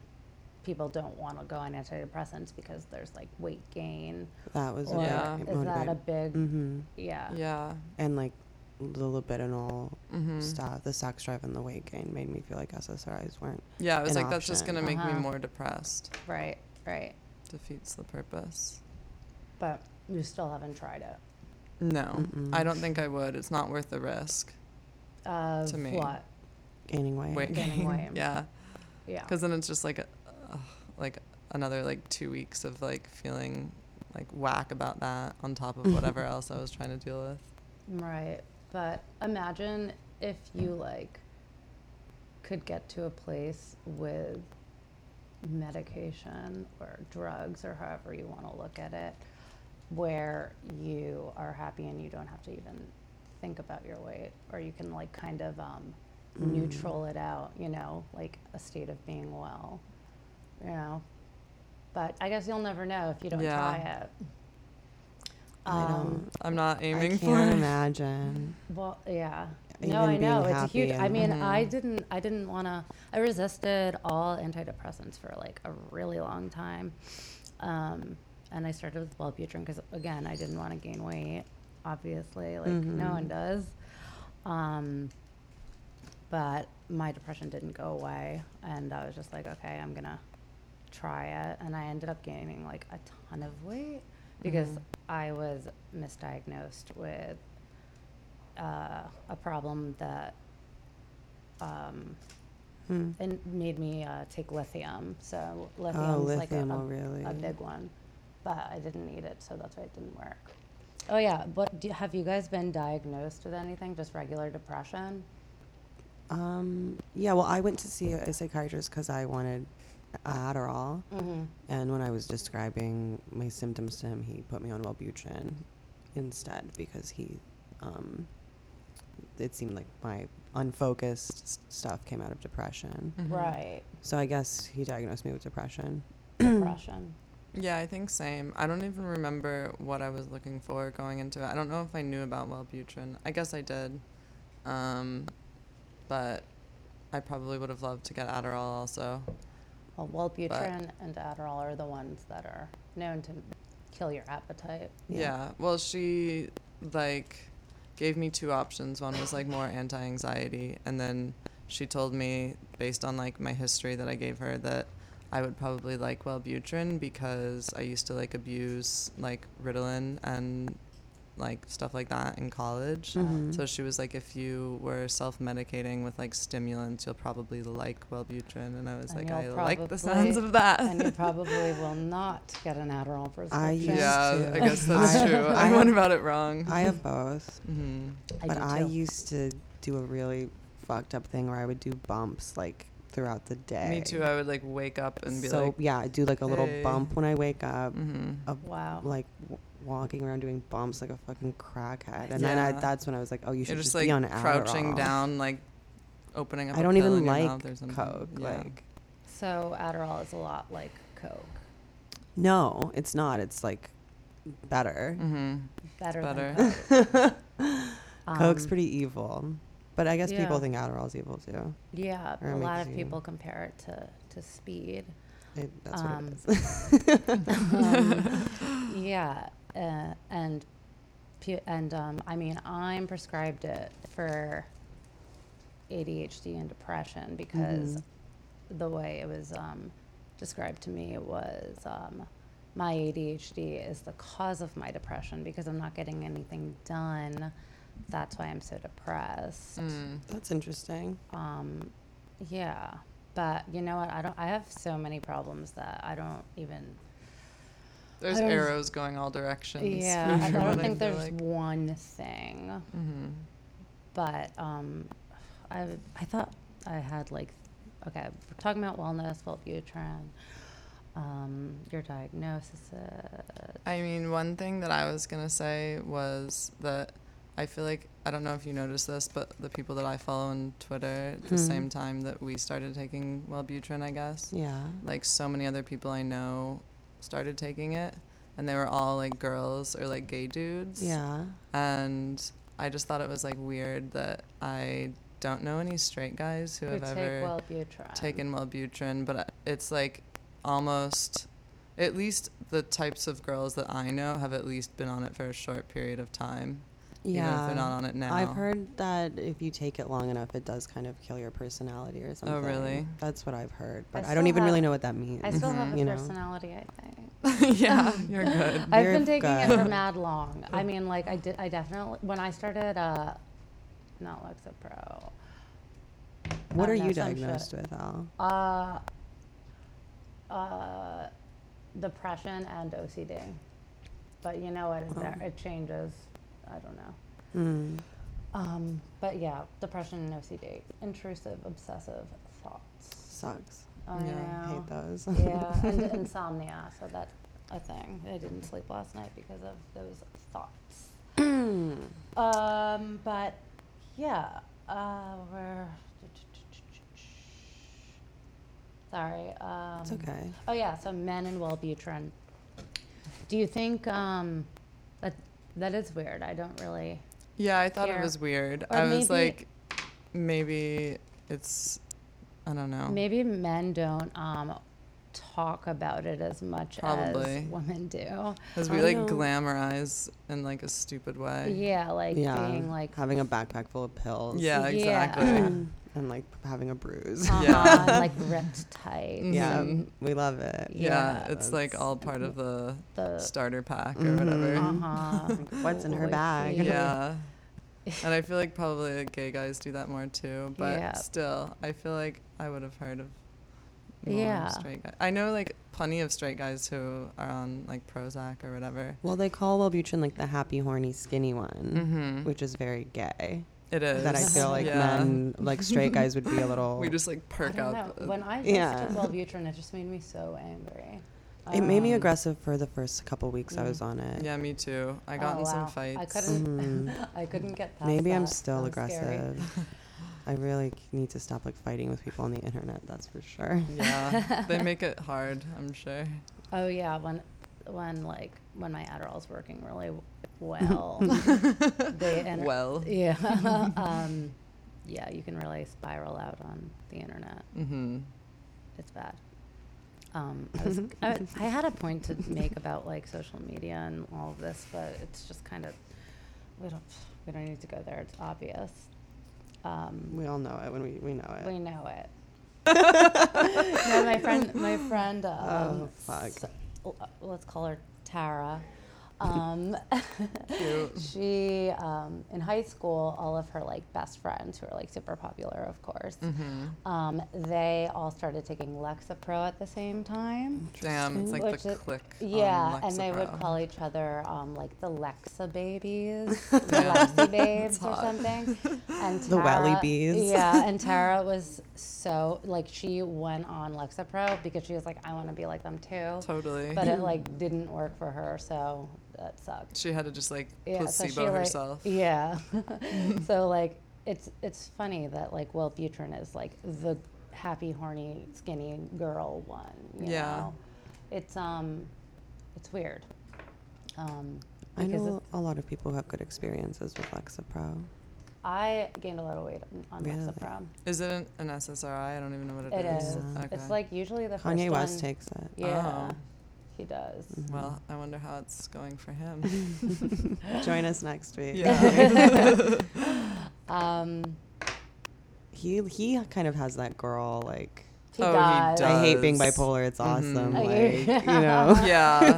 Speaker 1: people don't want to go on antidepressants because there's like weight gain.
Speaker 3: That was
Speaker 1: or
Speaker 2: Yeah.
Speaker 3: a big
Speaker 1: is that a
Speaker 3: motivator.
Speaker 1: big
Speaker 3: Mm-hmm.
Speaker 1: yeah.
Speaker 2: Mm. Yeah.
Speaker 3: And like the libidinol
Speaker 2: Mm-hmm.
Speaker 3: stuff, the sex drive and the weight gain made me feel like SSRIs weren't.
Speaker 2: Yeah, I was
Speaker 3: an
Speaker 2: like, that's just
Speaker 3: option.
Speaker 2: gonna make
Speaker 1: Uh-huh.
Speaker 2: me more depressed.
Speaker 1: right right
Speaker 2: Defeats the purpose.
Speaker 1: but you still haven't tried it.
Speaker 2: No,
Speaker 3: Mm-mm.
Speaker 2: I don't think I would. It's not worth the risk.
Speaker 1: Of
Speaker 2: To me.
Speaker 1: what?
Speaker 3: Gaining weight.
Speaker 2: Weight
Speaker 1: Gaining
Speaker 2: gain.
Speaker 1: weight.
Speaker 2: Yeah,
Speaker 1: Yeah.
Speaker 2: because then it's just like, uh, like another like two weeks of like feeling like whack about that on top
Speaker 3: Mm-hmm.
Speaker 2: of whatever else I was trying to deal with.
Speaker 1: Right. But imagine if you like could get to a place with medication or drugs or however you want to look at it where you are happy and you don't have to even think about your weight or you can like kind of um,
Speaker 3: Mm.
Speaker 1: neutral it out, you know, like a state of being well, you know. But I guess you'll never know if you don't
Speaker 2: Yeah.
Speaker 1: try it.
Speaker 3: I
Speaker 1: Um,
Speaker 3: don't.
Speaker 2: I'm not aiming
Speaker 3: I
Speaker 2: for
Speaker 3: can't
Speaker 2: it.
Speaker 3: imagine.
Speaker 1: Well, yeah.
Speaker 3: Even
Speaker 1: no, I
Speaker 3: being
Speaker 1: know it's a
Speaker 3: happy
Speaker 1: huge. I
Speaker 3: and- mm-hmm.
Speaker 1: mean, I didn't. I didn't want to. I resisted all antidepressants for like a really long time, um, and I started with Wellbutrin because again, I didn't want to gain weight. Obviously, like no one does. Um, but my depression didn't go away, and I was just like, okay, I'm gonna try it, and I ended up gaining like a ton of weight because I was misdiagnosed with uh, a problem that um,
Speaker 3: Hmm.
Speaker 1: and made me uh, take lithium. So
Speaker 3: Oh,
Speaker 1: lithium's like a,
Speaker 3: lithium, oh,
Speaker 1: a,
Speaker 3: really?
Speaker 1: a big one, but I didn't need it, so that's why it didn't work. Oh yeah, but do, have you guys been diagnosed with anything? Just regular depression?
Speaker 3: Um, yeah, well, I went to see a psychiatrist because I wanted Adderall.
Speaker 1: Mm-hmm.
Speaker 3: And when I was describing my symptoms to him, he put me on Wellbutrin instead because he, um, it seemed like my unfocused s- stuff came out of depression.
Speaker 2: Mhm.
Speaker 1: Right,
Speaker 3: So I guess he diagnosed me with depression. Mm-hmm.
Speaker 1: depression.
Speaker 2: Yeah, I think same. I don't even remember what I was looking for going into it. I don't know if I knew about Wellbutrin. I guess I did. Um, but I probably would have loved to get Adderall also.
Speaker 1: Well, Wellbutrin and Adderall are the ones that are known to kill your appetite.
Speaker 2: Yeah.
Speaker 3: Yeah.
Speaker 2: Well, she like gave me two options. One was like more anti-anxiety, and then she told me based on like my history that I gave her that I would probably like Wellbutrin because I used to like abuse like Ritalin and like stuff like that in college.
Speaker 3: Mhm.
Speaker 2: So she was like, if you were self-medicating with like stimulants, you'll probably like Wellbutrin, and I was
Speaker 1: And
Speaker 2: like, I
Speaker 1: you'll
Speaker 2: like the
Speaker 1: probably-
Speaker 2: sounds of that.
Speaker 1: and you probably will not get an Adderall prescription.
Speaker 3: I used
Speaker 2: yeah,
Speaker 3: to.
Speaker 2: I guess that's
Speaker 3: I-
Speaker 2: true.
Speaker 3: I
Speaker 2: I went
Speaker 3: have-
Speaker 2: about it wrong.
Speaker 3: I have both,
Speaker 2: Mm-hmm.
Speaker 3: but
Speaker 1: do
Speaker 3: I
Speaker 1: too.
Speaker 3: used to do a really fucked up thing where I would do bumps like throughout the day.
Speaker 2: Me too. I would like wake up and be
Speaker 3: so
Speaker 2: like,
Speaker 3: yeah, I do like a little
Speaker 2: "Hey."
Speaker 3: bump when I wake up.
Speaker 2: mm-hmm.
Speaker 1: Wow.
Speaker 3: like w- walking around doing bumps like a fucking crackhead. And then I,
Speaker 2: Yeah.
Speaker 3: that's when I was like, oh, you should
Speaker 2: you're just
Speaker 3: just,
Speaker 2: like
Speaker 3: be on Adderall.
Speaker 2: crouching down, like opening up.
Speaker 3: I
Speaker 2: a
Speaker 3: don't
Speaker 2: pill
Speaker 3: even
Speaker 2: in your
Speaker 3: like
Speaker 2: mouth or something.
Speaker 3: Coke.
Speaker 2: Yeah.
Speaker 3: Like,
Speaker 1: So Adderall is a lot like Coke.
Speaker 3: no, it's not. It's like better.
Speaker 2: Mm-hmm.
Speaker 1: Better,
Speaker 2: Better.
Speaker 1: than Coke.
Speaker 3: Coke's
Speaker 1: Um,
Speaker 3: pretty evil, but I guess
Speaker 1: yeah.
Speaker 3: people think Adderall's evil too.
Speaker 1: Yeah,
Speaker 3: or
Speaker 1: a lot
Speaker 3: makes
Speaker 1: of
Speaker 3: you-
Speaker 1: people compare it to, to speed.
Speaker 3: It, that's
Speaker 1: Um,
Speaker 3: what it is.
Speaker 1: Um, yeah, uh, and pu- and um, I mean, I'm prescribed it for ADHD and depression because
Speaker 3: Mm-hmm.
Speaker 1: the way it was um, described to me was um, my ADHD is the cause of my depression because I'm not getting anything done. That's why I'm so depressed.
Speaker 2: Mm.
Speaker 3: that's interesting.
Speaker 1: Um, yeah, but you know what? I don't. I have so many problems that I don't even.
Speaker 2: There's
Speaker 1: don't-
Speaker 2: arrows going all directions.
Speaker 1: Yeah, I
Speaker 2: for
Speaker 1: don't
Speaker 2: what
Speaker 1: think
Speaker 2: feel
Speaker 1: there's
Speaker 2: like.
Speaker 1: one thing,
Speaker 2: Mhm.
Speaker 1: but um, I I thought I had like, okay, we're talking about wellness, Wellbutrin, um, your diagnosis. uh,
Speaker 2: I mean, one thing that I was gonna say was that I feel like I don't know if you noticed this, but the people that I follow on Twitter at the
Speaker 3: Hmm.
Speaker 2: same time that we started taking Wellbutrin, I guess.
Speaker 3: Yeah.
Speaker 2: like so many other people I know started taking it and they were all like girls or like gay dudes.
Speaker 3: Yeah.
Speaker 2: And I just thought it was like weird that I don't know any straight guys who
Speaker 1: Who
Speaker 2: have
Speaker 1: take
Speaker 2: ever
Speaker 1: Wellbutrin.
Speaker 2: taken Wellbutrin, but uh, it's like almost at least the types of girls that I know have at least been on it for a short period of time. Even if
Speaker 3: Yeah.
Speaker 2: they're not on it now.
Speaker 3: I've heard that if you take it long enough, it does kind of kill your personality or something.
Speaker 2: Oh, really?
Speaker 3: That's what I've heard, but I,
Speaker 1: still
Speaker 3: don't even really
Speaker 1: have-
Speaker 3: know what that means.
Speaker 1: I still have
Speaker 2: Mhm.
Speaker 1: a
Speaker 3: Mm-hmm, You know.
Speaker 1: personality, I think.
Speaker 2: yeah, you're good.
Speaker 1: I've
Speaker 3: You're
Speaker 1: been taking it
Speaker 3: good.
Speaker 1: for mad long. I mean, like I did. I definitely when I started, uh, not Lexapro.
Speaker 3: what
Speaker 1: I
Speaker 3: are
Speaker 1: don't
Speaker 3: you
Speaker 1: know, some
Speaker 3: diagnosed
Speaker 1: shit.
Speaker 3: with, Al?
Speaker 1: Uh, uh, depression and OCD. But you know what? It, var- it changes. I don't know.
Speaker 3: Mm.
Speaker 1: Um, but yeah, depression and OCD, intrusive, obsessive thoughts.
Speaker 3: Sucks.
Speaker 1: I
Speaker 2: Yeah,
Speaker 1: know. Um,
Speaker 3: Hate those.
Speaker 1: yeah, and insomnia. So that's a thing. I didn't sleep last night because of those thoughts. um, but yeah, uh, we're. Sorry. Um,
Speaker 3: it's okay.
Speaker 1: Oh yeah, so men and Wellbutrin. Do you think um, that that is weird? I don't really.
Speaker 2: Yeah, I thought
Speaker 1: Here.
Speaker 2: it was weird.
Speaker 1: Or
Speaker 2: I was
Speaker 1: maybe-
Speaker 2: like, maybe it's, I don't know.
Speaker 1: Maybe men don't um, talk about it as much
Speaker 2: Probably.
Speaker 1: as women do.
Speaker 2: Because
Speaker 3: I
Speaker 2: we like
Speaker 3: don't-
Speaker 2: glamorize in like a stupid way.
Speaker 1: Yeah, like
Speaker 3: yeah.
Speaker 1: being like
Speaker 3: having a backpack full of pills.
Speaker 2: Yeah,
Speaker 1: Yeah.
Speaker 2: exactly.
Speaker 3: and like having a bruise.
Speaker 1: uh
Speaker 2: Yeah. Mm-hmm.
Speaker 1: like ripped tight.
Speaker 3: yeah,
Speaker 1: and
Speaker 3: we love it.
Speaker 2: yeah,
Speaker 1: Yeah,
Speaker 2: it's like
Speaker 3: that's-
Speaker 2: all part of the
Speaker 1: the Mm-hmm.
Speaker 2: starter pack or
Speaker 3: Mhm.
Speaker 2: whatever.
Speaker 1: uh-huh.
Speaker 3: What's in her
Speaker 1: Holy
Speaker 3: bag?
Speaker 1: shit.
Speaker 2: Yeah. and I feel like probably like, gay guys do that more too, but
Speaker 1: Yeah.
Speaker 2: still, I feel like I would have heard of more
Speaker 1: Yeah.
Speaker 2: straight guys. I know like plenty of straight guys who are on like Prozac or whatever.
Speaker 3: Well, they call Wellbutrin like the happy, horny, skinny one,
Speaker 2: Mm-hmm.
Speaker 3: which is very gay.
Speaker 2: It is.
Speaker 3: That I feel like
Speaker 2: yeah.
Speaker 3: men, like straight guys, would be a little.
Speaker 2: We just like
Speaker 1: I
Speaker 2: perk
Speaker 1: don't
Speaker 2: up.
Speaker 1: know. When I just
Speaker 3: Yeah.
Speaker 1: took Wellbutrin, it just made me so angry.
Speaker 3: It made me
Speaker 2: Um,
Speaker 3: aggressive for the first couple weeks I
Speaker 2: Mm.
Speaker 3: was on it.
Speaker 2: Yeah, me too. I got
Speaker 1: Oh,
Speaker 2: in
Speaker 1: wow.
Speaker 2: some
Speaker 1: I
Speaker 2: fights.
Speaker 1: couldn't.
Speaker 3: Mhm.
Speaker 1: I couldn't get past.
Speaker 3: Maybe I'm
Speaker 1: that.
Speaker 3: still
Speaker 1: That was scary.
Speaker 3: aggressive. I really need to stop like fighting with people on the internet. That's for sure.
Speaker 2: Yeah, they make it hard. I'm sure.
Speaker 1: Oh yeah, when when like when my Adderall's working really w- well, they enter-
Speaker 2: well.
Speaker 1: yeah um, yeah you can really spiral out on the internet.
Speaker 2: Mm-hmm.
Speaker 1: It's bad. Um, I, was, I, was- I had a point to make about like social media and all of this, but it's just kind of we don't we don't need to go there. It's obvious. Um,
Speaker 3: We all know it when we, we know it.
Speaker 1: We know it. no, my friend, my friend. Um,
Speaker 3: Oh, fuck.
Speaker 1: s- l- uh, let's call her Tara. Um,
Speaker 2: Cute.
Speaker 1: she um, in high school, all of her like best friends who are like super popular, of course.
Speaker 3: Mm-hmm.
Speaker 1: Um, they all started taking Lexapro at the same time.
Speaker 2: Damn, it's like
Speaker 1: Which
Speaker 2: the
Speaker 1: is-
Speaker 2: click.
Speaker 1: Yeah,
Speaker 2: on
Speaker 1: and they would
Speaker 2: Lexapro.
Speaker 1: call each other um, like the Lexa babies, the Lexi babes, or something. And
Speaker 3: The Welly
Speaker 1: Tara-
Speaker 3: bees.
Speaker 1: Yeah, and Tara was so like she went on Lexapro because she was like, I want to be like them too.
Speaker 2: Totally.
Speaker 1: But it like didn't work for her, so that sucked.
Speaker 2: she had to just like
Speaker 1: Yeah, so
Speaker 2: placebo
Speaker 1: she, like- e
Speaker 2: herself.
Speaker 1: Yeah. so like it's it's funny that like Wellbutrin is like the happy, horny, skinny girl one. You
Speaker 2: Yeah.
Speaker 1: Know? It's um, it's weird. Um,
Speaker 3: I
Speaker 1: because
Speaker 3: know
Speaker 1: it's-
Speaker 3: a lot of people who have good experiences with Lexapro.
Speaker 1: I gained a lot of weight on
Speaker 3: Really?
Speaker 1: Lexapro.
Speaker 2: Is it an, an SSRI? I don't even know what
Speaker 1: It is.
Speaker 2: Okay.
Speaker 1: It's like usually the
Speaker 3: Kanye
Speaker 1: first
Speaker 3: West
Speaker 1: one.
Speaker 3: takes it.
Speaker 1: Yeah,
Speaker 2: Oh.
Speaker 1: he does.
Speaker 2: Well, I wonder how it's going for him.
Speaker 3: Join us next week.
Speaker 2: yeah.
Speaker 3: Mm.
Speaker 1: Um,
Speaker 3: He he kind of has that girl like
Speaker 1: he
Speaker 2: Oh, he
Speaker 1: does.
Speaker 3: I hate being
Speaker 2: Does. Mm-hmm.
Speaker 3: bipolar. It's awesome.
Speaker 1: Oh,
Speaker 3: Like
Speaker 1: yeah.
Speaker 3: you know.
Speaker 2: yeah.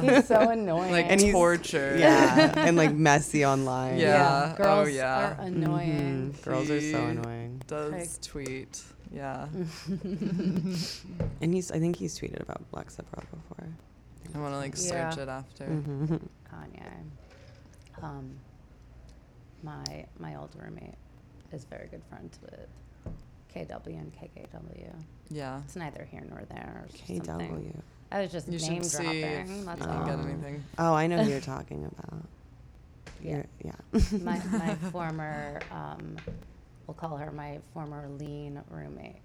Speaker 1: He's so annoying.
Speaker 2: Like
Speaker 3: And he's-
Speaker 2: torture.
Speaker 3: yeah, and like messy online.
Speaker 2: Yeah. oh,
Speaker 1: girls
Speaker 2: yeah.
Speaker 3: Mm-hmm.
Speaker 1: are annoying.
Speaker 3: Mhm. Girls are so
Speaker 2: He-
Speaker 3: annoying.
Speaker 2: Does
Speaker 1: Like-
Speaker 2: tweet. Yeah.
Speaker 3: And he's I think he's tweeted about Lexapro before.
Speaker 2: I want to like
Speaker 1: Yeah.
Speaker 2: search it after.
Speaker 3: Mhm.
Speaker 1: Kanye. Um, my my old roommate is very good friends with KW and KKW.
Speaker 2: Yeah.
Speaker 1: It's neither here nor there. It's just something.
Speaker 3: KW.
Speaker 1: I was just
Speaker 2: You
Speaker 1: name
Speaker 2: should see if
Speaker 1: dropping.
Speaker 2: you
Speaker 1: That's
Speaker 2: can get
Speaker 1: all.
Speaker 2: anything.
Speaker 3: Oh, I know who you're talking about.
Speaker 1: Yeah.
Speaker 3: You're- yeah.
Speaker 1: my my former, um, we'll call her my former lean roommate.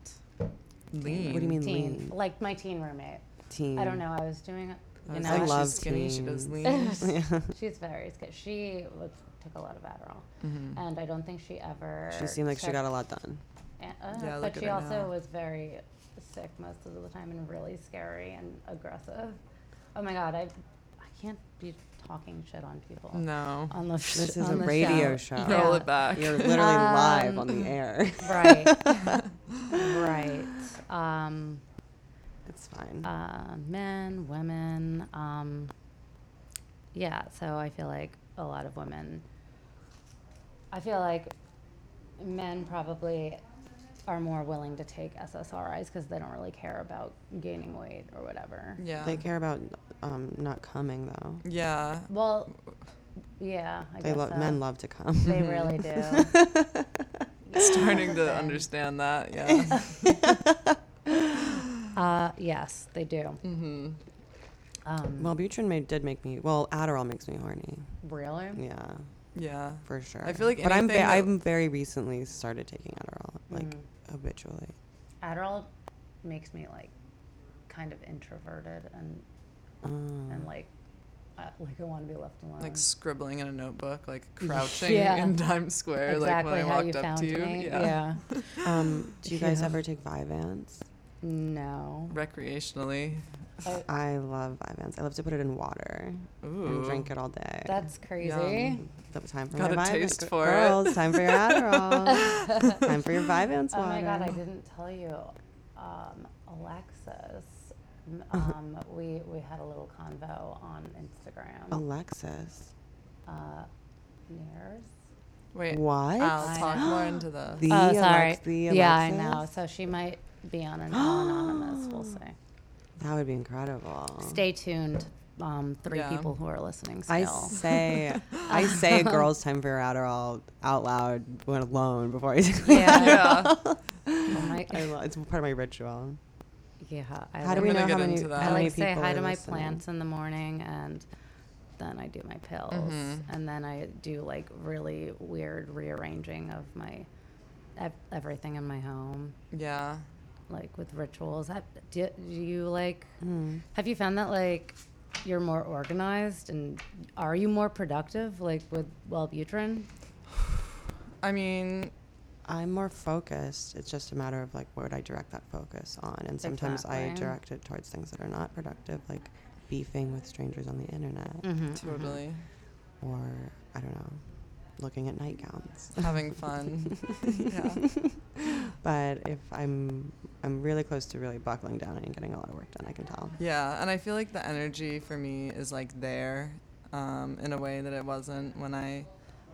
Speaker 2: Lean.
Speaker 3: What do you mean
Speaker 1: teen,
Speaker 3: lean?
Speaker 1: like my teen roommate.
Speaker 3: Teen.
Speaker 1: I don't know. I was doing, it,
Speaker 2: I
Speaker 1: you
Speaker 2: was
Speaker 1: know,
Speaker 3: I
Speaker 2: like,
Speaker 3: love
Speaker 2: she's skinny. She does
Speaker 3: teens.
Speaker 2: lean.
Speaker 1: she's very scared. She was took a lot of Adderall,
Speaker 2: Mm-hmm.
Speaker 1: and I don't think she ever.
Speaker 3: Mm. She seemed like she
Speaker 1: took
Speaker 3: got a lot done.
Speaker 1: And, uh,
Speaker 2: Yeah,
Speaker 1: but
Speaker 2: look at
Speaker 1: she
Speaker 2: her
Speaker 1: also
Speaker 2: now.
Speaker 1: was very sick most of the time and really scary and aggressive. Oh my god, I I can't be talking shit on people
Speaker 2: No.
Speaker 1: on the sh-
Speaker 3: This is a
Speaker 1: on the
Speaker 3: radio show.
Speaker 1: Yeah.
Speaker 2: Roll it back.
Speaker 3: You're literally
Speaker 1: Um,
Speaker 3: live on the air.
Speaker 1: right, right. Um,
Speaker 3: It's fine.
Speaker 2: Um,
Speaker 1: uh, men, women. Um, yeah, so I feel like a lot of women. I feel like men probably are more willing to take SSRIs because they don't really care about gaining weight or whatever.
Speaker 2: Yeah.
Speaker 3: They care about um, not coming though.
Speaker 2: yeah.
Speaker 1: Well, yeah, I
Speaker 3: They
Speaker 1: guess
Speaker 3: love
Speaker 1: so.
Speaker 3: men love to come.
Speaker 1: They
Speaker 2: Mhm.
Speaker 1: really do. Yeah, that's the
Speaker 2: Starting to
Speaker 1: thing.
Speaker 2: understand that. Yeah.
Speaker 1: Uh, yes, they do.
Speaker 2: mm-hmm.
Speaker 1: Um,
Speaker 3: Well, Butrin made, did make me. Well, Adderall makes me horny.
Speaker 1: really?
Speaker 3: Yeah,
Speaker 2: Yeah.
Speaker 3: for sure.
Speaker 2: I feel like
Speaker 3: but I'm ve-
Speaker 2: anything that-
Speaker 3: I'm very recently started taking Adderall, like
Speaker 1: Mm.
Speaker 3: habitually.
Speaker 1: Adderall makes me like kind of introverted and
Speaker 3: Um,
Speaker 1: and like uh, like I want to be left alone.
Speaker 2: Like scribbling in a notebook, like crouching
Speaker 1: Yeah.
Speaker 2: in Times Square,
Speaker 1: exactly
Speaker 2: like when I
Speaker 1: how you
Speaker 2: walked up
Speaker 1: found
Speaker 2: to you.
Speaker 1: me.
Speaker 2: Yeah.
Speaker 3: um, do you guys
Speaker 1: Yeah.
Speaker 3: ever take Vyvanse?
Speaker 1: No. Oh,
Speaker 2: Recreationally.
Speaker 1: I-
Speaker 3: I love Vyvanse. I love to put it in water
Speaker 2: Ooh.
Speaker 3: and drink it all day.
Speaker 1: that's crazy.
Speaker 2: Yum.
Speaker 3: the time for
Speaker 2: Got
Speaker 3: my
Speaker 2: a
Speaker 3: Vyvanse.
Speaker 2: taste
Speaker 3: Gir-
Speaker 2: for it.
Speaker 3: Girls, time for your Adderall. time for your Vyvanse
Speaker 1: Oh
Speaker 3: water.
Speaker 1: my god, I didn't tell you. Um, Alexis, m- um, we we had a little convo on
Speaker 2: Oh.
Speaker 1: Instagram.
Speaker 3: Alexis,
Speaker 1: Uh, Nears.
Speaker 2: Wait. oh.
Speaker 3: what?
Speaker 2: I'll
Speaker 1: I
Speaker 2: talk
Speaker 1: know.
Speaker 2: more into this.
Speaker 3: The
Speaker 1: oh,
Speaker 3: Alex-
Speaker 1: sorry.
Speaker 3: the
Speaker 1: yeah, I know.
Speaker 3: Alexis?
Speaker 1: So she might be on an all anonymous. We'll see.
Speaker 3: that would be incredible.
Speaker 1: Stay tuned. Um, three
Speaker 2: Yeah.
Speaker 1: people who are listening still.
Speaker 3: I say, I say, girls' time for your Adderall out loud when alone before I take my
Speaker 1: Yeah.
Speaker 2: yeah.
Speaker 1: Oh my-
Speaker 3: I lo- it's part of my ritual.
Speaker 1: yeah. I
Speaker 3: How do
Speaker 1: like-
Speaker 3: we
Speaker 2: gonna
Speaker 3: know how
Speaker 2: get
Speaker 3: many,
Speaker 2: into that.
Speaker 3: how
Speaker 1: I
Speaker 3: many
Speaker 1: like say
Speaker 3: people
Speaker 1: hi
Speaker 3: are
Speaker 1: to my
Speaker 3: listening?
Speaker 1: plants in the morning and then I do my pills and then I do like really weird rearranging of my ev- everything in my home
Speaker 2: Yeah.
Speaker 1: like with rituals. Have, do, do you like
Speaker 3: Mm.
Speaker 1: have you found that like you're more organized and are you more productive like with Wellbutrin?
Speaker 2: I mean,
Speaker 3: I'm more focused. It's just a matter of like where would I direct that focus on, and sometimes I
Speaker 1: Exactly.
Speaker 3: direct it towards things that are not productive, like beefing with strangers on the internet,
Speaker 2: Mm.
Speaker 1: Mm-hmm.
Speaker 2: totally.
Speaker 3: or I don't know, looking at nightgowns.
Speaker 2: Having fun. yeah.
Speaker 3: But if I'm, I'm really close to really buckling down and getting a lot of work done. I can tell.
Speaker 2: Yeah, and I feel like the energy for me is like there um, in a way that it wasn't when I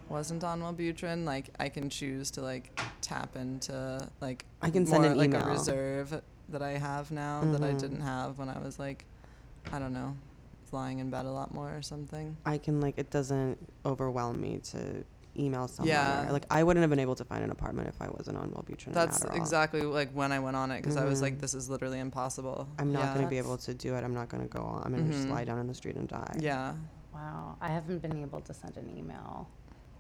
Speaker 2: wasn't on Wellbutrin. Like I can choose to like tap into like
Speaker 3: I can send
Speaker 2: more
Speaker 3: an
Speaker 2: like
Speaker 3: email.
Speaker 2: a reserve that I have now that I
Speaker 3: Mhm.
Speaker 2: didn't have when I was like I don't know lying in bed a lot more or something.
Speaker 3: I can like it doesn't overwhelm me to email someone.
Speaker 2: Yeah.
Speaker 3: or, Like I wouldn't have been able to find an apartment if I wasn't on Wellbutrin. and
Speaker 2: That's
Speaker 3: Adderall.
Speaker 2: exactly like when I went on it because I was
Speaker 3: Mhm.
Speaker 2: like this is literally impossible.
Speaker 3: I'm not
Speaker 2: yeah.
Speaker 3: going to be
Speaker 1: That's-
Speaker 3: able to do it. I'm not going to go on. I'm going to just
Speaker 2: Mhm.
Speaker 3: lie down in the street and die.
Speaker 2: Yeah.
Speaker 1: Wow, I haven't been able to send an email.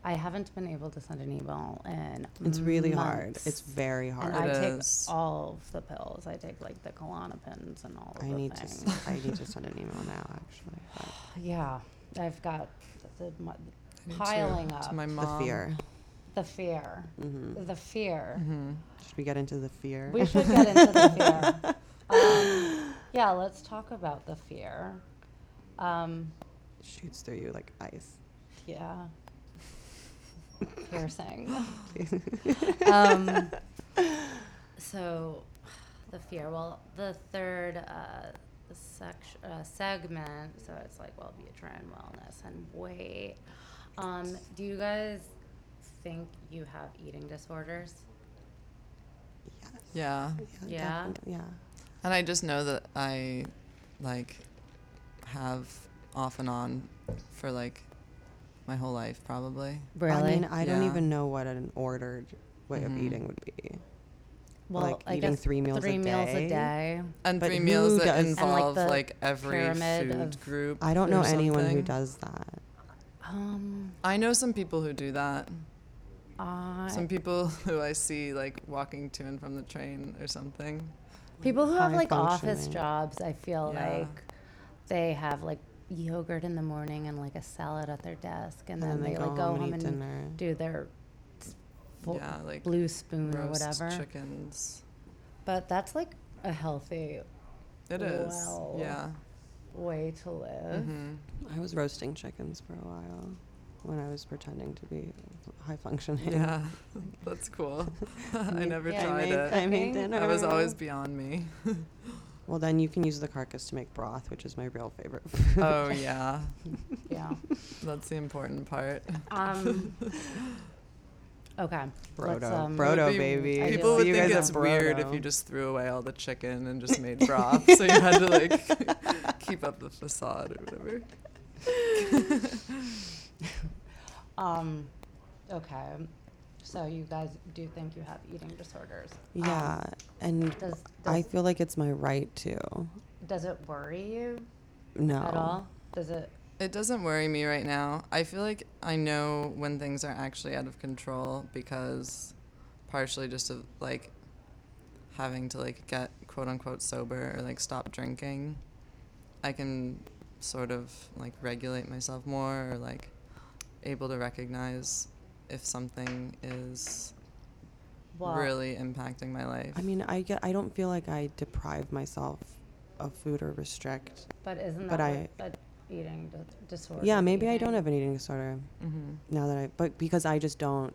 Speaker 1: I haven't been able to send an email in
Speaker 3: It's really hard.
Speaker 1: months.
Speaker 3: It's very hard.
Speaker 1: And I
Speaker 2: It
Speaker 1: take
Speaker 2: is.
Speaker 1: all of the pills. I take like the Klonopins and all of
Speaker 3: I
Speaker 1: the
Speaker 3: need to.
Speaker 1: things.
Speaker 3: s- I need to send an email now. Actually, but
Speaker 1: yeah, I've got the, mo-
Speaker 2: I need to-
Speaker 1: Piling
Speaker 2: to
Speaker 1: up
Speaker 2: my
Speaker 3: the
Speaker 2: mom.
Speaker 3: fear.
Speaker 1: the fear,
Speaker 3: hmm
Speaker 1: the fear.
Speaker 2: Mhm.
Speaker 3: Should we get into the fear?
Speaker 1: We should get into the fear. Um, yeah, let's talk about the fear. Um,
Speaker 3: Shoots through you like ice.
Speaker 1: yeah, piercing. um, so, the fear. Well, the third uh, section uh, segment. So it's like Wellbutrin, wellness, and weight. Um, do you guys think you have eating disorders?
Speaker 3: Yes.
Speaker 2: Yeah.
Speaker 1: Yeah?
Speaker 3: definitely, Yeah.
Speaker 2: And I just know that I like have off and on for like my whole life probably.
Speaker 3: I mean, I don't
Speaker 2: Yeah.
Speaker 3: even know what an ordered way of
Speaker 2: Mhm.
Speaker 3: eating would be.
Speaker 1: well,
Speaker 3: like
Speaker 1: I
Speaker 3: eating
Speaker 1: guess
Speaker 3: three meals
Speaker 1: three
Speaker 3: a
Speaker 1: meals
Speaker 3: day?
Speaker 1: a day.
Speaker 2: And
Speaker 3: But
Speaker 2: three
Speaker 3: who
Speaker 2: meals that
Speaker 3: does- And,
Speaker 1: like,
Speaker 2: involve
Speaker 1: the
Speaker 2: like, every
Speaker 1: pyramid
Speaker 2: food
Speaker 1: of-
Speaker 2: group.
Speaker 3: I don't
Speaker 2: or
Speaker 3: know anyone who
Speaker 2: something.
Speaker 3: does that.
Speaker 1: Um,
Speaker 2: I know some people who do that.
Speaker 1: I,
Speaker 2: Some people who I see like walking to and from the train or something.
Speaker 1: people who have
Speaker 3: high
Speaker 1: like office
Speaker 3: functioning.
Speaker 1: jobs, I feel
Speaker 2: Yeah.
Speaker 1: like they have like yogurt in the morning and like a salad at their desk, and, then, they,
Speaker 3: go
Speaker 1: like go
Speaker 3: home, and eat
Speaker 1: and
Speaker 3: dinner.
Speaker 1: do their s- full
Speaker 2: yeah, like
Speaker 1: blue spoon or
Speaker 2: roast
Speaker 1: whatever.
Speaker 2: chickens.
Speaker 1: But that's like a healthy
Speaker 2: It is.
Speaker 1: Wow.
Speaker 2: Yeah.
Speaker 1: way to live.
Speaker 2: hmm
Speaker 3: I was roasting chickens for a while when I was pretending to be high functioning.
Speaker 2: Yeah. That's cool. I never
Speaker 1: Yeah, I
Speaker 2: tried
Speaker 3: made-
Speaker 2: it.
Speaker 3: I made
Speaker 1: Cooking?
Speaker 3: dinner.
Speaker 2: That was always beyond me.
Speaker 3: Well, then you can use the carcass to make broth, which is my real favorite.
Speaker 2: oh yeah,
Speaker 3: Mm-hmm.
Speaker 1: Yeah.
Speaker 2: that's the important part.
Speaker 1: Um, okay.
Speaker 3: Brodo,
Speaker 1: Let's, um,
Speaker 3: Brodo.
Speaker 2: Would be-
Speaker 3: baby.
Speaker 1: I
Speaker 2: People
Speaker 1: do.
Speaker 2: would
Speaker 1: See you
Speaker 2: think
Speaker 1: guys
Speaker 2: it's
Speaker 3: at
Speaker 2: weird if
Speaker 3: Brodo.
Speaker 2: you just threw away all the chicken and just made broth. so you had to like keep up the facade or whatever.
Speaker 1: Um, okay. So you guys do think you have eating disorders? Um,
Speaker 3: Yeah, and
Speaker 1: does does,
Speaker 3: I feel like it's my right to.
Speaker 1: does it worry you
Speaker 3: No.
Speaker 1: at all? Does it?
Speaker 2: It doesn't worry me right now. I feel like I know when things are actually out of control because partially just of like having to like get quote unquote sober or like stop drinking. I can sort of like regulate myself more or like able to recognize if something is
Speaker 1: Well,
Speaker 2: really impacting my life.
Speaker 3: I mean, I get. I don't feel like I deprive myself of food or restrict.
Speaker 1: But isn't
Speaker 3: but
Speaker 1: that what an eating di- disorder?
Speaker 3: yeah, maybe I don't
Speaker 1: eating?
Speaker 3: have an eating disorder
Speaker 2: mm-hmm.
Speaker 3: now that I. But because I just don't.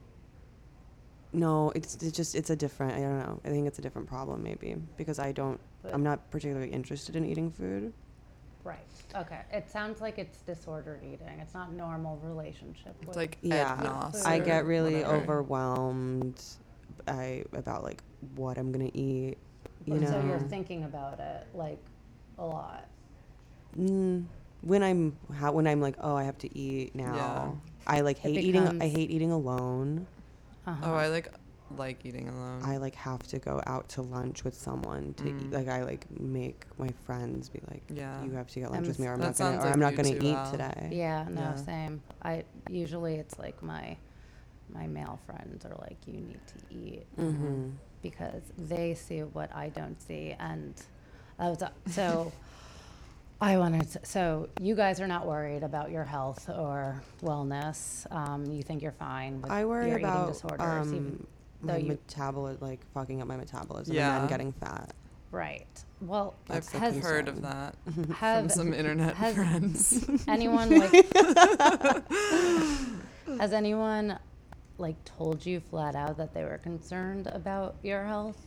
Speaker 3: No, it's, it's just it's a different. I don't know. I think it's a different problem maybe because I don't.
Speaker 1: But-
Speaker 3: I'm not particularly interested in eating food.
Speaker 1: Right. Okay. It sounds like it's disordered eating. It's not normal relationship.
Speaker 2: It's
Speaker 1: with-
Speaker 2: like
Speaker 3: Yeah,
Speaker 2: Ed Noss
Speaker 3: I
Speaker 2: or
Speaker 3: get really
Speaker 2: whatever.
Speaker 3: overwhelmed. I about like what I'm gonna eat. You
Speaker 1: so
Speaker 3: know,
Speaker 1: you're thinking about it like a lot.
Speaker 3: mm, when I'm how, when I'm like, oh, I have to eat now.
Speaker 2: Yeah.
Speaker 3: I like
Speaker 1: It
Speaker 3: hate eating. I
Speaker 1: becomes-
Speaker 3: hate eating alone.
Speaker 1: Uh-huh.
Speaker 2: Oh, I like like eating alone.
Speaker 3: I like have to go out to lunch with someone to eat.
Speaker 2: Mm-hmm. Mm.
Speaker 3: like I like make my friends be like,
Speaker 2: yeah.
Speaker 3: you have to get lunch
Speaker 1: Um,
Speaker 3: with me, or I'm
Speaker 2: That
Speaker 3: not gonna,
Speaker 2: sounds
Speaker 3: or
Speaker 2: like
Speaker 3: I'm not
Speaker 2: you
Speaker 3: gonna
Speaker 2: too,
Speaker 3: eat
Speaker 2: Al.
Speaker 3: today.
Speaker 1: Yeah, no,
Speaker 2: Yeah.
Speaker 1: same. I usually it's like my my male friends are like, you need to eat
Speaker 3: Mm-hmm.
Speaker 1: because they see what I don't see, and that was uh, so. I wanted to, so you guys are not worried about your health or wellness. Um, you think you're fine. With
Speaker 3: I worry
Speaker 1: your eating
Speaker 3: about
Speaker 1: disorders, even,
Speaker 3: um,
Speaker 1: though
Speaker 3: my
Speaker 1: you-
Speaker 3: metabolism, like fucking up my metabolism, and
Speaker 2: Yeah.
Speaker 3: then getting fat.
Speaker 1: right. Well,
Speaker 2: I've
Speaker 3: That's the
Speaker 1: has
Speaker 2: heard of
Speaker 3: concern.
Speaker 2: that from
Speaker 1: have
Speaker 2: some internet
Speaker 1: has-
Speaker 2: friends.
Speaker 1: anyone like has anyone like told you flat out that they were concerned about your health?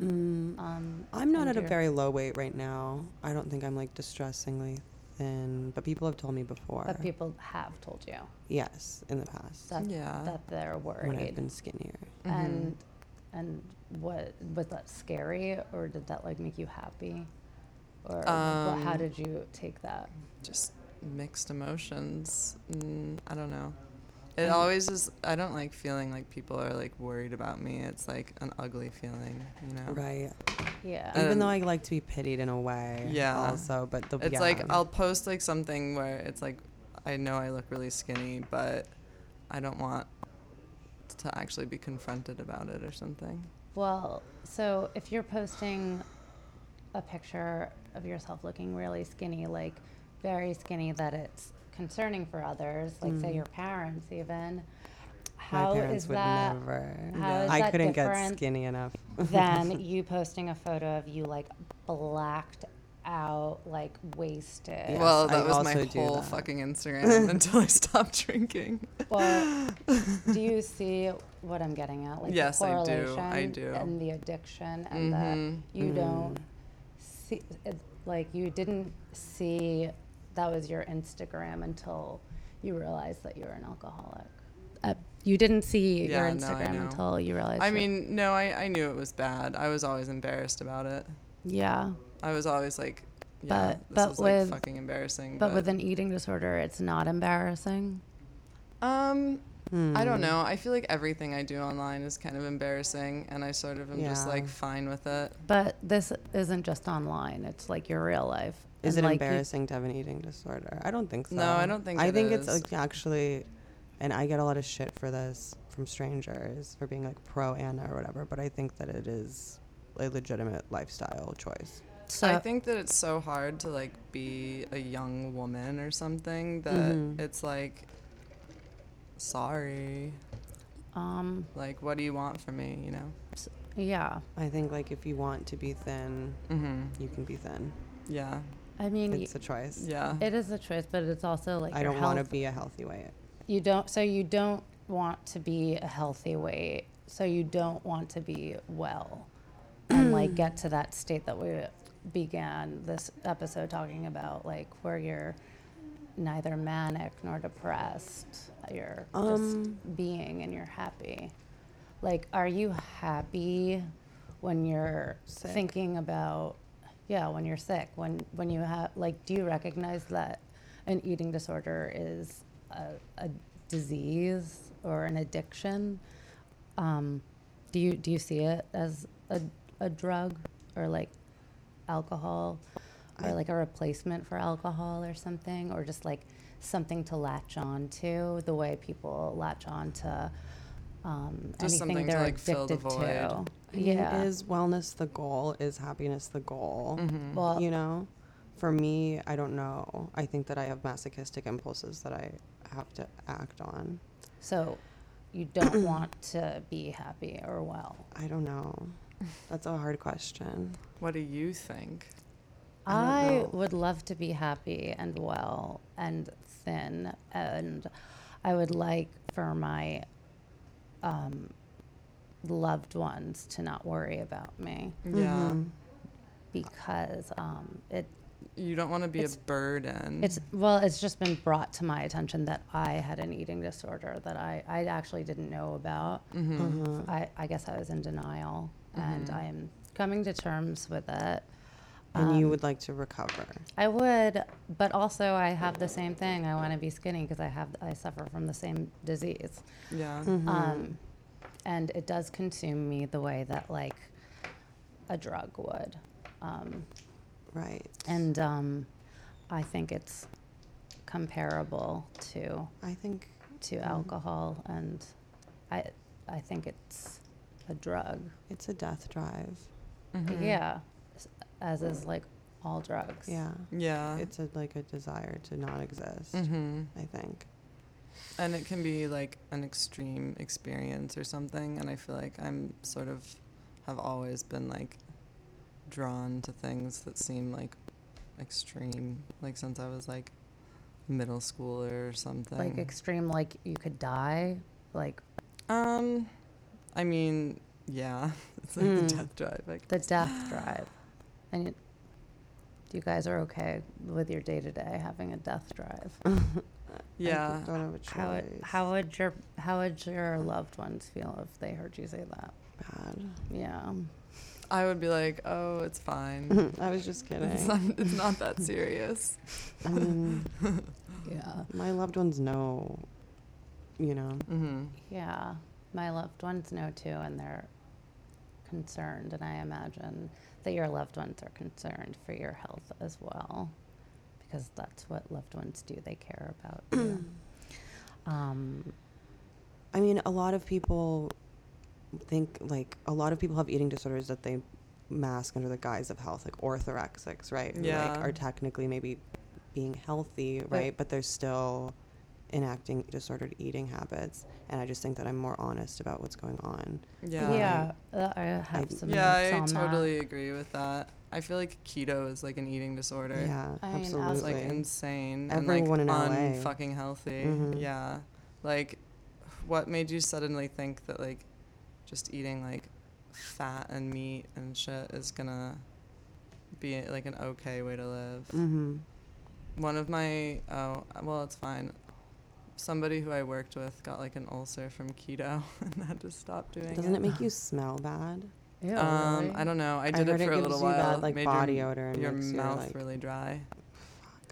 Speaker 3: Mm,
Speaker 1: Um,
Speaker 3: I'm not
Speaker 1: and
Speaker 3: at a
Speaker 1: your-
Speaker 3: very low weight right now. I don't think I'm like distressingly thin, but people have told me before.
Speaker 1: But people have told you
Speaker 3: yes, in the past
Speaker 1: that
Speaker 2: yeah.
Speaker 1: that they're
Speaker 3: when I've
Speaker 1: worried,
Speaker 3: been skinnier.
Speaker 2: Mhm.
Speaker 1: and
Speaker 2: Mm-hmm.
Speaker 1: and what was that scary, or did that like make you happy, or wha- how
Speaker 2: Um,
Speaker 1: did you take that?
Speaker 2: just mixed emotions. Mm, I don't know. It always is. I don't like feeling like people are like worried about me. It's like an ugly feeling, you know.
Speaker 3: Right.
Speaker 1: Yeah,
Speaker 2: Uh,
Speaker 3: Even though
Speaker 2: Um,
Speaker 3: I like to be pitied in a way.
Speaker 2: yeah.
Speaker 3: Also, but the
Speaker 2: It's
Speaker 3: yeah.
Speaker 2: like I'll post like something where it's like, I know I look really skinny, but I don't want to actually be confronted about it or something.
Speaker 1: Well, so if you're posting a picture of yourself looking really skinny, like very skinny, that it's concerning for others, like say your parents even,
Speaker 3: my Mm.
Speaker 1: how
Speaker 3: parents
Speaker 1: is
Speaker 3: would
Speaker 1: that
Speaker 3: never.
Speaker 1: how is
Speaker 3: I
Speaker 1: that
Speaker 3: couldn't get
Speaker 1: different
Speaker 3: skinny enough.
Speaker 1: than you posting a photo of you like blacked out, like wasted?
Speaker 3: Yes,
Speaker 2: well, that
Speaker 3: I
Speaker 2: was my
Speaker 3: also do
Speaker 2: whole
Speaker 3: that.
Speaker 2: fucking Instagram until I stopped drinking.
Speaker 1: Well, do you see what I'm getting at? Like
Speaker 2: Yes,
Speaker 1: the
Speaker 2: I do. I
Speaker 1: correlation
Speaker 2: do.
Speaker 1: And the addiction, and
Speaker 2: Mhm.
Speaker 1: that you don't see, it- like you didn't see that was your Instagram until you realized that you were an alcoholic. Uh, you didn't see
Speaker 2: Yeah,
Speaker 1: your
Speaker 2: no, I
Speaker 1: Instagram
Speaker 2: know.
Speaker 1: until you realized.
Speaker 2: I
Speaker 1: it.
Speaker 2: mean, no, I, I knew it was bad. I was always embarrassed about it.
Speaker 1: yeah,
Speaker 2: I was always like, yeah,
Speaker 1: But-
Speaker 2: this
Speaker 1: but
Speaker 2: is
Speaker 1: with-
Speaker 2: like fucking embarrassing.
Speaker 1: but with an eating disorder, it's not embarrassing.
Speaker 2: um, I
Speaker 1: Hmm.
Speaker 2: don't know. I feel like everything I do online is kind of embarrassing, and I sort of am just
Speaker 3: Yeah.
Speaker 2: like fine with it.
Speaker 1: But this isn't just online; it's like your real life.
Speaker 3: Is it
Speaker 1: And, like, you-
Speaker 3: embarrassing to have an eating disorder? I don't think so.
Speaker 2: No, I don't think
Speaker 3: I
Speaker 2: it
Speaker 3: think it's
Speaker 2: is.
Speaker 3: like, actually, and I get a lot of shit for this from strangers for being like pro Anna or whatever. But I think that it is a legitimate lifestyle choice.
Speaker 1: So
Speaker 2: I think that it's so hard to like be a young woman or something that
Speaker 1: Mm-hmm.
Speaker 3: Mhm.
Speaker 2: it's like sorry.
Speaker 1: um
Speaker 2: Like what do you want from me, you know?
Speaker 1: yeah.
Speaker 3: I think like if you want to be thin,
Speaker 2: Mhm.
Speaker 3: you can be thin.
Speaker 2: Yeah.
Speaker 1: I mean y-
Speaker 3: It's a choice.
Speaker 2: Yeah.
Speaker 1: it is a choice, but it's also like
Speaker 3: Uh-huh. I
Speaker 1: your
Speaker 3: don't want to
Speaker 1: health.
Speaker 3: be a healthy weight.
Speaker 1: you don't so you don't want to be a healthy weight. So you don't want to be well and like get to that state that we began this episode talking about like where you're neither manic nor depressed. You're
Speaker 3: Um,
Speaker 1: just being and you're happy. Like, are you happy when you're
Speaker 3: Sick.
Speaker 1: thinking about, yeah, when you're sick? When when you have, like, do you recognize that an eating disorder is a, a disease or an addiction? Um, do you do you see it as a a drug or like alcohol or
Speaker 3: I-
Speaker 1: like a replacement for alcohol or something or just like something to latch on to the way people latch on to um, anything
Speaker 2: Just something to,
Speaker 1: they're
Speaker 2: like,
Speaker 1: addicted
Speaker 2: fill the
Speaker 1: to
Speaker 2: void.
Speaker 3: I mean,
Speaker 1: yeah
Speaker 3: Is wellness the goal? Is happiness the goal?
Speaker 2: Mhm.
Speaker 1: well
Speaker 3: You know? For me, I don't know. I think that I have masochistic impulses that I have to act on.
Speaker 1: so you don't want to be happy or well
Speaker 3: I don't know. That's a hard question.
Speaker 2: What do you think?
Speaker 3: I
Speaker 1: I
Speaker 3: don't know.
Speaker 1: would love to be happy and well and thin, and I would like for my um, loved ones to not worry about me
Speaker 2: Yeah.
Speaker 1: Mm-hmm.
Speaker 3: Mhm.
Speaker 1: because um, it
Speaker 2: You don't want to be
Speaker 1: It's-
Speaker 2: a burden.
Speaker 1: it's
Speaker 3: Mm.
Speaker 1: well, it's just been brought to my attention that I had an eating disorder that I I actually didn't know about.
Speaker 2: Mhm.
Speaker 3: Uh-huh.
Speaker 1: I I guess I was in denial, and
Speaker 3: Mm-hmm.
Speaker 1: I am coming to terms with it.
Speaker 3: and you
Speaker 1: Um,
Speaker 3: would like to recover.
Speaker 1: I would, but also I have the same thing. I want to be skinny because I have I suffer from the same disease.
Speaker 2: Yeah.
Speaker 3: Hmm. Mm-hmm.
Speaker 1: Um, and it does consume me the way that like a drug would. Um,
Speaker 3: Right.
Speaker 1: and um, I think it's comparable to
Speaker 3: I think
Speaker 1: to
Speaker 3: Mhm.
Speaker 1: alcohol, and I I think it's a drug.
Speaker 3: it's a death drive.
Speaker 2: Mhm.
Speaker 1: Mm-hmm. Yeah, s- as is like all drugs.
Speaker 3: Yeah.
Speaker 2: Yeah.
Speaker 3: It's a, like a desire to not exist,
Speaker 1: Mm.
Speaker 2: Mhm.
Speaker 3: I think.
Speaker 2: And it can be like an extreme experience or something. And I feel like I'm sort of have always been like drawn to things that seem like extreme, like since I was like middle schooler or something.
Speaker 1: like extreme. Like you could die. Like
Speaker 2: um, I mean, yeah, it's like
Speaker 1: Hmm.
Speaker 3: Mm.
Speaker 2: the death drive. Like,
Speaker 1: the death drive. And you, you guys are okay with your day to day having a death drive.
Speaker 2: yeah,
Speaker 3: I don't have a choice.
Speaker 1: How would, how would your how would your loved ones feel if they heard you say that?
Speaker 3: Bad.
Speaker 1: Yeah.
Speaker 2: I would be like, oh, it's fine.
Speaker 1: Mm.
Speaker 3: I was just
Speaker 2: it's,
Speaker 3: kidding.
Speaker 2: not, it's not that serious.
Speaker 3: I mean,
Speaker 1: Yeah.
Speaker 3: my loved ones know, you know.
Speaker 2: Mm-hmm.
Speaker 1: Yeah. My loved ones know too and they're concerned and I imagine that your loved ones are concerned for your health as well because that's what loved ones do. They care about you. um
Speaker 3: I mean, a lot of people think like a lot of people have eating disorders that they mask under the guise of health, like orthorexics, right? who, Like
Speaker 2: Yeah.
Speaker 3: are technically maybe being healthy,
Speaker 1: But-
Speaker 3: right? But they're still enacting disordered eating habits. And I just think that I'm more honest about what's going on.
Speaker 2: Yeah.
Speaker 1: yeah, uh, I have
Speaker 3: I-
Speaker 1: some notes
Speaker 2: yeah,
Speaker 1: on
Speaker 2: I
Speaker 1: that.
Speaker 2: totally agree with that. I feel like keto is like an eating disorder.
Speaker 3: Yeah,
Speaker 1: I mean, as-
Speaker 3: absolutely.
Speaker 2: It's like insane
Speaker 3: Everyone in
Speaker 2: and like
Speaker 3: LA.
Speaker 2: unfucking healthy.
Speaker 3: Mhm.
Speaker 2: Yeah. Like what made you suddenly think that like just eating like fat and meat and shit is going to be like an okay way to live?
Speaker 3: mm-hmm.
Speaker 2: One of my oh, well, it's fine. Somebody who I worked with got like an ulcer from keto and had to stop doing
Speaker 3: Doesn't
Speaker 2: it.
Speaker 3: it make you smell bad?
Speaker 1: Ew,
Speaker 2: um,
Speaker 1: Oh, really?
Speaker 2: I don't know. I did
Speaker 3: heard
Speaker 2: it for a
Speaker 3: gives
Speaker 2: little
Speaker 3: you
Speaker 2: while.
Speaker 3: That, like
Speaker 2: Made your-
Speaker 3: body odor and
Speaker 2: your
Speaker 3: makes you,
Speaker 2: mouth
Speaker 3: like,
Speaker 2: really dry.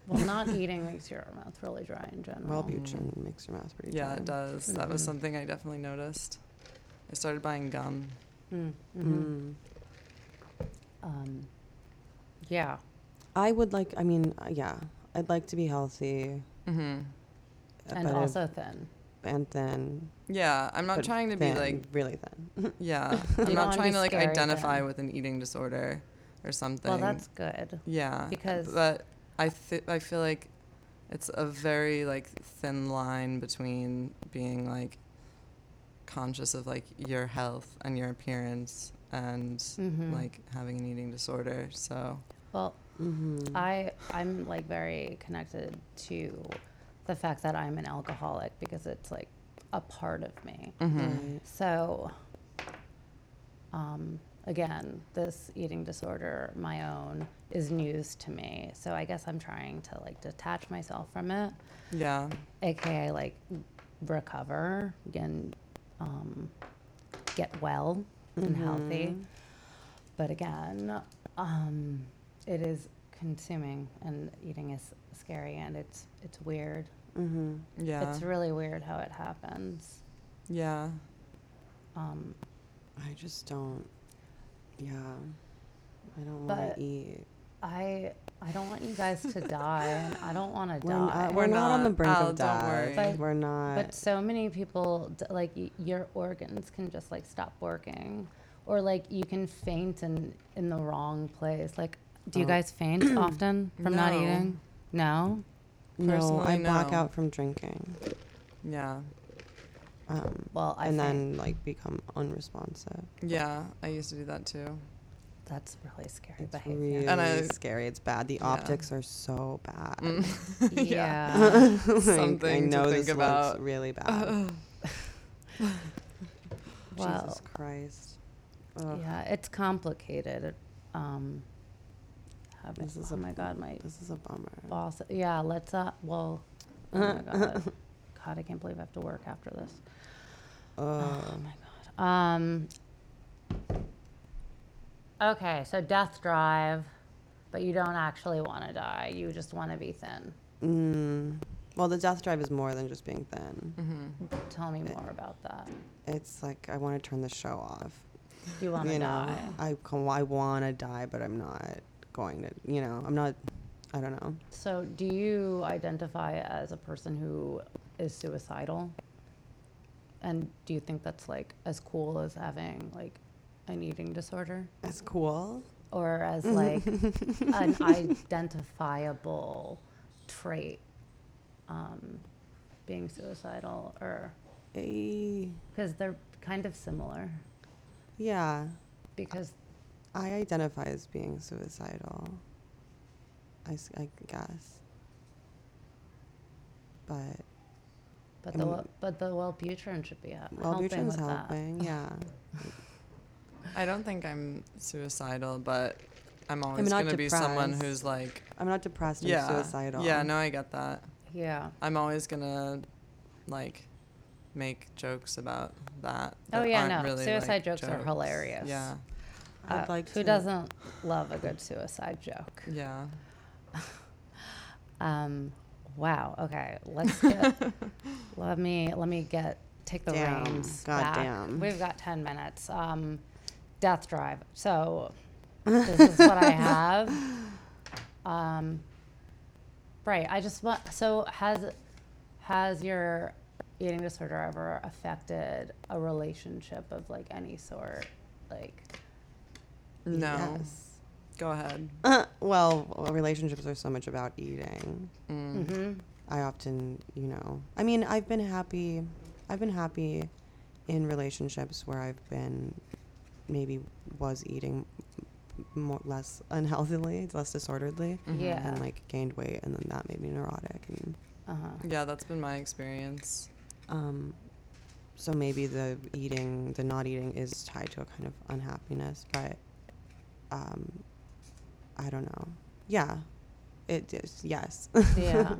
Speaker 1: Well, not eating makes your mouth really dry in general.
Speaker 3: Wellbutrin makes your mouth pretty.
Speaker 2: um, Yeah, it
Speaker 3: dry.
Speaker 2: does. That was
Speaker 1: Mhm.
Speaker 2: something I definitely noticed. I started buying gum.
Speaker 1: Mm,
Speaker 2: Mm-hmm.
Speaker 1: mhm.
Speaker 3: Mm.
Speaker 1: Um, yeah.
Speaker 3: I would like. I mean, uh, yeah, I'd like to be healthy.
Speaker 2: hmm
Speaker 3: uh,
Speaker 1: and
Speaker 3: but if-
Speaker 1: also thin.
Speaker 3: and thin.
Speaker 2: Yeah, I'm not
Speaker 3: but
Speaker 2: trying to be
Speaker 3: thin,
Speaker 2: like,
Speaker 3: really thin.
Speaker 2: yeah,
Speaker 1: don't wanna
Speaker 2: I'm not
Speaker 1: be
Speaker 2: trying to like
Speaker 1: scary
Speaker 2: identify
Speaker 1: thin.
Speaker 2: with an eating disorder. or something.
Speaker 1: Well, that's good.
Speaker 2: yeah.
Speaker 1: because-
Speaker 2: but I th- I feel like it's a very like thin line between being like conscious of like your health and your appearance and
Speaker 1: Mhm.
Speaker 2: like having an eating disorder. So
Speaker 1: Well,
Speaker 3: Mm-hmm.
Speaker 1: I I'm like very connected to the fact that I'm an alcoholic because it's like a part of me.
Speaker 3: Mm-hmm.
Speaker 2: Mm.
Speaker 1: So, um, again, this eating disorder, my own, is news to me. So I guess I'm trying to like detach myself from it,
Speaker 2: yeah.
Speaker 1: aka like recover and um, get well and healthy. But again, um, it is consuming and eating is scary and it's it's weird.
Speaker 3: Mm-hmm.
Speaker 2: Yeah.
Speaker 1: It's really weird how it happens.
Speaker 2: yeah.
Speaker 1: Um,
Speaker 3: I just don't. Yeah, I don't want
Speaker 1: But
Speaker 3: to eat.
Speaker 1: I I don't want you guys to die, and I don't want to
Speaker 3: We're, n- uh,
Speaker 1: die.
Speaker 3: we're, not, on the
Speaker 2: not.
Speaker 3: brink
Speaker 2: Al,
Speaker 3: of
Speaker 2: Oh, don't
Speaker 3: death.
Speaker 2: worry.
Speaker 1: But-
Speaker 3: we're not.
Speaker 1: but so many people, d- like y- your organs can just like stop working, or like you can faint in in the wrong place. Like, do you
Speaker 3: Oh.
Speaker 1: guys faint often from not
Speaker 2: No.
Speaker 1: eating? No.
Speaker 3: no, I
Speaker 2: personally,
Speaker 3: black
Speaker 2: no.
Speaker 3: out from drinking,
Speaker 2: Yeah.
Speaker 3: um,
Speaker 1: Well, I
Speaker 3: and
Speaker 1: faint.
Speaker 3: then like become unresponsive.
Speaker 2: Yeah. I used to do that too.
Speaker 1: that's really scary
Speaker 3: It's
Speaker 1: behavior.
Speaker 3: really
Speaker 2: And I-
Speaker 3: scary. It's bad. The
Speaker 2: Yeah.
Speaker 3: optics are so bad.
Speaker 2: Mm.
Speaker 1: yeah.
Speaker 3: Uh, Like, I
Speaker 2: Something to
Speaker 3: know
Speaker 2: think
Speaker 3: this
Speaker 2: about. Uh,
Speaker 3: looks really bad.
Speaker 1: well,
Speaker 3: Jesus Christ. Ugh,
Speaker 1: yeah, it's complicated. Um, how-
Speaker 3: This is
Speaker 1: oh
Speaker 3: a-
Speaker 1: my god, my
Speaker 3: This is a bummer.
Speaker 1: boss. Yeah, let's. Uh, well, oh my god, god, I can't believe I have to work after this.
Speaker 2: Oh,
Speaker 3: Ugh.
Speaker 1: Um. Okay, so death drive, but you don't actually want to die. You just want to be thin.
Speaker 3: Mm. Well, the death drive is more than just being thin.
Speaker 2: hmm
Speaker 1: Tell me more about that.
Speaker 3: It's like I want to turn the show off.
Speaker 1: You want to
Speaker 3: you know,
Speaker 1: die.
Speaker 3: I co- I want to die, but I'm not going to. You know, I'm not. I don't know.
Speaker 1: So, do you identify as a person who is suicidal? And do you think that's like as cool as having like an eating disorder
Speaker 3: That's cool.
Speaker 1: or as like an identifiable trait um, being suicidal or
Speaker 3: Eh,
Speaker 1: because they're kind of similar
Speaker 3: yeah,
Speaker 1: because
Speaker 3: I identify as being suicidal. I, s- I guess. But
Speaker 1: but the
Speaker 3: Mm.
Speaker 1: wel- but the Wellbutrin should be hel-
Speaker 3: well,
Speaker 1: helping
Speaker 3: Butrin's
Speaker 1: with that.
Speaker 3: helping. Yeah,
Speaker 2: I don't think I'm suicidal, but I'm always
Speaker 3: not
Speaker 2: gonna be someone
Speaker 3: depressed.
Speaker 2: who's like,
Speaker 3: I'm not depressed. I'm
Speaker 2: yeah,
Speaker 3: suicidal.
Speaker 2: yeah. No, I get that.
Speaker 1: Yeah.
Speaker 2: I'm always gonna like make jokes about that.
Speaker 1: Oh
Speaker 2: that
Speaker 1: yeah,
Speaker 2: aren't
Speaker 1: no.
Speaker 2: really,
Speaker 1: Suicide
Speaker 2: like,
Speaker 1: jokes, are hilarious.
Speaker 2: Yeah,
Speaker 3: I'd
Speaker 1: Uh,
Speaker 3: like
Speaker 1: who
Speaker 3: to-
Speaker 1: doesn't love a good suicide joke?
Speaker 2: yeah.
Speaker 1: Um, wow. Okay, let's get. let me let me get take the
Speaker 3: Damn,
Speaker 1: reins.
Speaker 3: goddamn.
Speaker 1: Back. We've got ten minutes. Um, death drive. So this is what I have. Um, right. I just want. So has has your eating disorder ever affected a relationship of like any sort? Like
Speaker 2: No,
Speaker 3: Yes.
Speaker 2: go ahead.
Speaker 3: well, relationships are so much about eating.
Speaker 2: Mm.
Speaker 1: mhm.
Speaker 3: I often, you know, I mean, I've been happy. I've been happy in relationships where I've been maybe was eating m- more less unhealthily, less disorderly,
Speaker 2: Mm-hmm.
Speaker 1: yeah.
Speaker 3: and like gained weight, and then that made me neurotic, and
Speaker 1: uh-huh.
Speaker 2: Yeah, that's been my experience.
Speaker 3: um, so maybe the eating, the not eating, is tied to a kind of unhappiness, but um, I don't know. Yeah, it is. Yes.
Speaker 1: Yeah.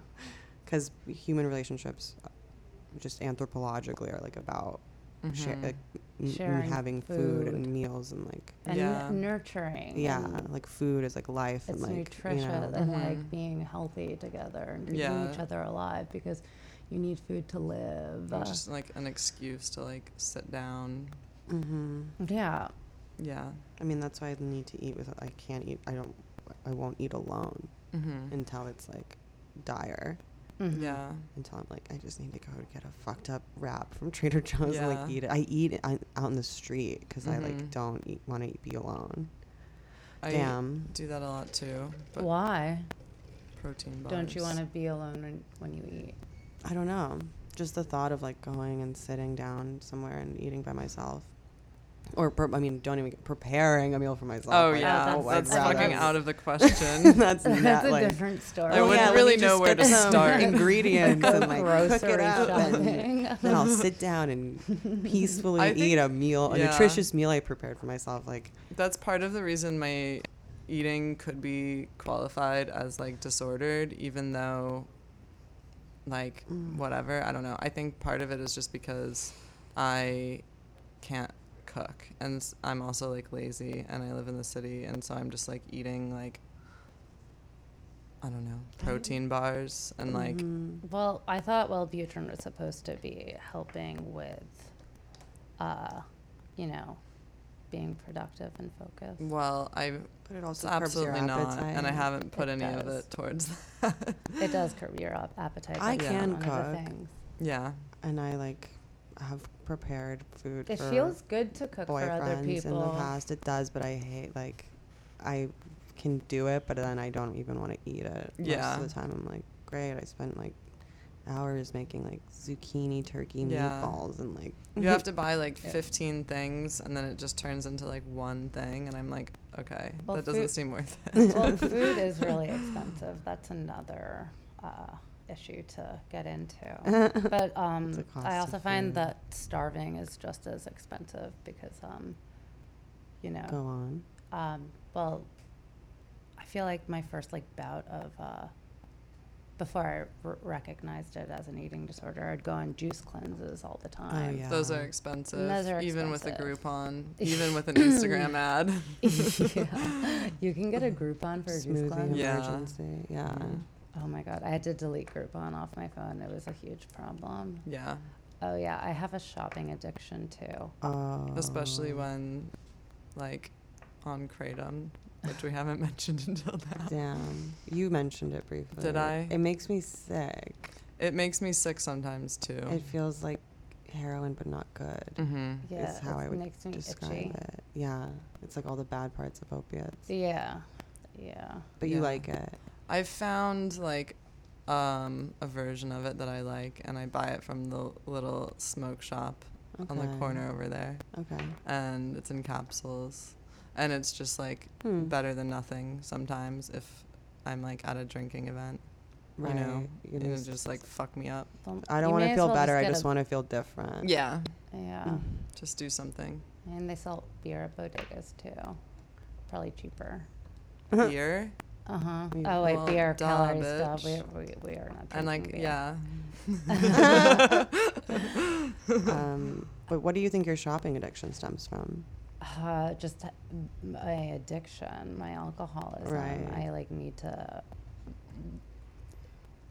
Speaker 3: because human relationships uh, just anthropologically are like about share,
Speaker 2: Mhm.
Speaker 3: like, n- n-
Speaker 1: Mm-hmm. Sharing
Speaker 3: having food. and meals and like
Speaker 1: And
Speaker 2: Yeah.
Speaker 1: nurturing.
Speaker 3: yeah
Speaker 1: and
Speaker 3: like food is like life
Speaker 1: it's
Speaker 3: and like
Speaker 1: nutritious
Speaker 3: you know mm-hmm.
Speaker 1: and
Speaker 2: Mhm.
Speaker 1: like being healthy together and keeping
Speaker 2: Yeah.
Speaker 1: each other alive because you need food to live.
Speaker 2: It's just like an excuse to like sit down.
Speaker 3: hmm
Speaker 1: yeah.
Speaker 2: Yeah.
Speaker 3: i mean that's why i need to eat with i can't eat i don't i won't eat alone
Speaker 1: Mm.
Speaker 2: Mm-hmm.
Speaker 3: until it's like dire
Speaker 1: Mhm.
Speaker 2: Yeah.
Speaker 3: until i'm like i just need to go to get a fucked up wrap from trader joe's and like
Speaker 2: Yeah.
Speaker 3: eat it i eat it I, out in the street because i like
Speaker 2: Mhm.
Speaker 3: don't eat, want to be alone
Speaker 2: I
Speaker 3: Damn.
Speaker 2: do that a lot too. But
Speaker 1: Why
Speaker 2: protein bars.
Speaker 1: don't you want to be alone when, when you eat?
Speaker 3: I don't know. Just the thought of like going and sitting down somewhere and eating by myself. Or, pre- I mean, don't even preparing a meal for myself.
Speaker 2: Oh
Speaker 3: Like,
Speaker 2: yeah,
Speaker 1: Oh,
Speaker 3: I'd
Speaker 2: that's,
Speaker 1: that's-
Speaker 3: rather-
Speaker 2: fucking out of the question.
Speaker 3: that's not
Speaker 1: That's a
Speaker 3: like, Oh,
Speaker 1: different story.
Speaker 2: I wouldn't
Speaker 3: let me
Speaker 2: really
Speaker 3: just
Speaker 2: know where
Speaker 3: get
Speaker 2: to
Speaker 3: some
Speaker 2: start.
Speaker 3: Ingredients and like cook it
Speaker 1: grocery
Speaker 3: up, and
Speaker 1: shopping.
Speaker 3: then I'll sit down and peacefully
Speaker 2: I
Speaker 3: eat a meal, a
Speaker 2: yeah.
Speaker 3: nutritious meal I prepared for myself. Like,
Speaker 2: That's part of the reason my eating could be qualified as like disordered, even though, like, whatever. I don't know. I think part of it is just because I can't cook and s- I'm also like lazy and I live in the city and so I'm just like eating like, I don't know, protein bars and like,
Speaker 3: mm,
Speaker 1: Well, I thought Wellbutrin was supposed to be helping with, uh, you know, being productive and focused.
Speaker 2: well, I
Speaker 3: but it also curbs your
Speaker 2: absolutely not.
Speaker 3: appetite.
Speaker 2: And I haven't put
Speaker 1: It
Speaker 2: any of
Speaker 1: does.
Speaker 2: it towards,
Speaker 1: It does curb your ap- appetite.
Speaker 3: Mm. I
Speaker 1: that's
Speaker 3: can
Speaker 1: one of the
Speaker 3: cook.
Speaker 1: things.
Speaker 2: yeah.
Speaker 3: and I like have prepared food.
Speaker 1: It
Speaker 3: for
Speaker 1: feels good to cook for other
Speaker 3: boyfriends in the
Speaker 1: people.
Speaker 3: past. It does, but I hate like I can do it, but then I don't even want to eat it.
Speaker 2: Yeah.
Speaker 3: Most of the time, I'm like, great. I spent like hours making like zucchini turkey
Speaker 2: Yeah.
Speaker 3: meatballs and like
Speaker 2: You have to buy like
Speaker 1: Yeah.
Speaker 2: 15 things and then it just turns into like one thing and I'm like, okay,
Speaker 1: Well,
Speaker 2: that doesn't
Speaker 1: food-
Speaker 2: seem worth it.
Speaker 1: well, food is really expensive. That's another uh, issue to get into. But um,
Speaker 3: the
Speaker 1: I
Speaker 3: cost
Speaker 1: also
Speaker 3: of
Speaker 1: find
Speaker 3: food.
Speaker 1: that starving is just as expensive because, um, you know,
Speaker 3: go on.
Speaker 1: um, well, I feel like my first like bout of uh, before I r- recognized it as an eating disorder, I'd go on juice cleanses all the time.
Speaker 3: Oh, yeah.
Speaker 2: Those are
Speaker 3: Yeah.
Speaker 2: expensive,
Speaker 1: Those are
Speaker 2: even with a
Speaker 1: expensive.
Speaker 2: Groupon, even with an Instagram ad.
Speaker 1: Yeah. You can get a Groupon for a juice
Speaker 3: Smoothie
Speaker 1: cleanse.
Speaker 2: Yeah.
Speaker 3: emergency. Yeah.
Speaker 1: Oh my god, I had to delete Groupon off my phone. It was a huge problem.
Speaker 2: Yeah,
Speaker 1: Oh yeah, I have a shopping addiction too.
Speaker 3: Oh.
Speaker 2: especially
Speaker 1: Um.
Speaker 2: when like on Kratom, which we haven't mentioned until now.
Speaker 3: Damn. You mentioned it briefly.
Speaker 2: I?
Speaker 3: It makes me sick.
Speaker 2: It makes me sick sometimes too.
Speaker 3: It feels like heroin, but not good.
Speaker 2: hmm
Speaker 1: Yeah,
Speaker 3: Is how
Speaker 1: it
Speaker 3: I would
Speaker 1: makes me
Speaker 3: Describe
Speaker 1: itchy.
Speaker 3: it. Yeah. It's like all the bad parts of opiates.
Speaker 1: Yeah, yeah.
Speaker 3: But you
Speaker 2: Yeah.
Speaker 3: like it.
Speaker 2: I found like um, a version of it that I like and I buy it from the little smoke shop on the
Speaker 3: Okay.
Speaker 2: corner over there.
Speaker 3: Okay.
Speaker 2: and it's in capsules and it's just like
Speaker 3: Hmm.
Speaker 2: better than nothing sometimes if i'm like at a drinking event you know,
Speaker 3: You
Speaker 2: and
Speaker 3: know,
Speaker 2: it just like fuck me up
Speaker 1: Don't-
Speaker 3: I don't
Speaker 1: you
Speaker 3: want
Speaker 1: may
Speaker 3: to
Speaker 1: as
Speaker 3: feel
Speaker 1: well
Speaker 3: better. I
Speaker 1: get
Speaker 3: just Mm.
Speaker 1: a-
Speaker 3: want to feel different.
Speaker 2: yeah
Speaker 1: Yeah,
Speaker 2: just do something
Speaker 1: and they sell beer at bodegas too. Probably cheaper.
Speaker 3: Uh-huh.
Speaker 2: beer
Speaker 1: Uh huh.
Speaker 3: We-
Speaker 1: Oh wait,
Speaker 2: Well,
Speaker 1: we are
Speaker 2: duh,
Speaker 1: calories. Duh, we,
Speaker 2: bitch.
Speaker 1: we, we are not.
Speaker 2: and like
Speaker 1: drinking beer.
Speaker 2: yeah
Speaker 3: um, but what do you think your shopping addiction stems from?
Speaker 1: Uh, just h- my addiction, my alcoholism.
Speaker 3: Right.
Speaker 1: I like need to.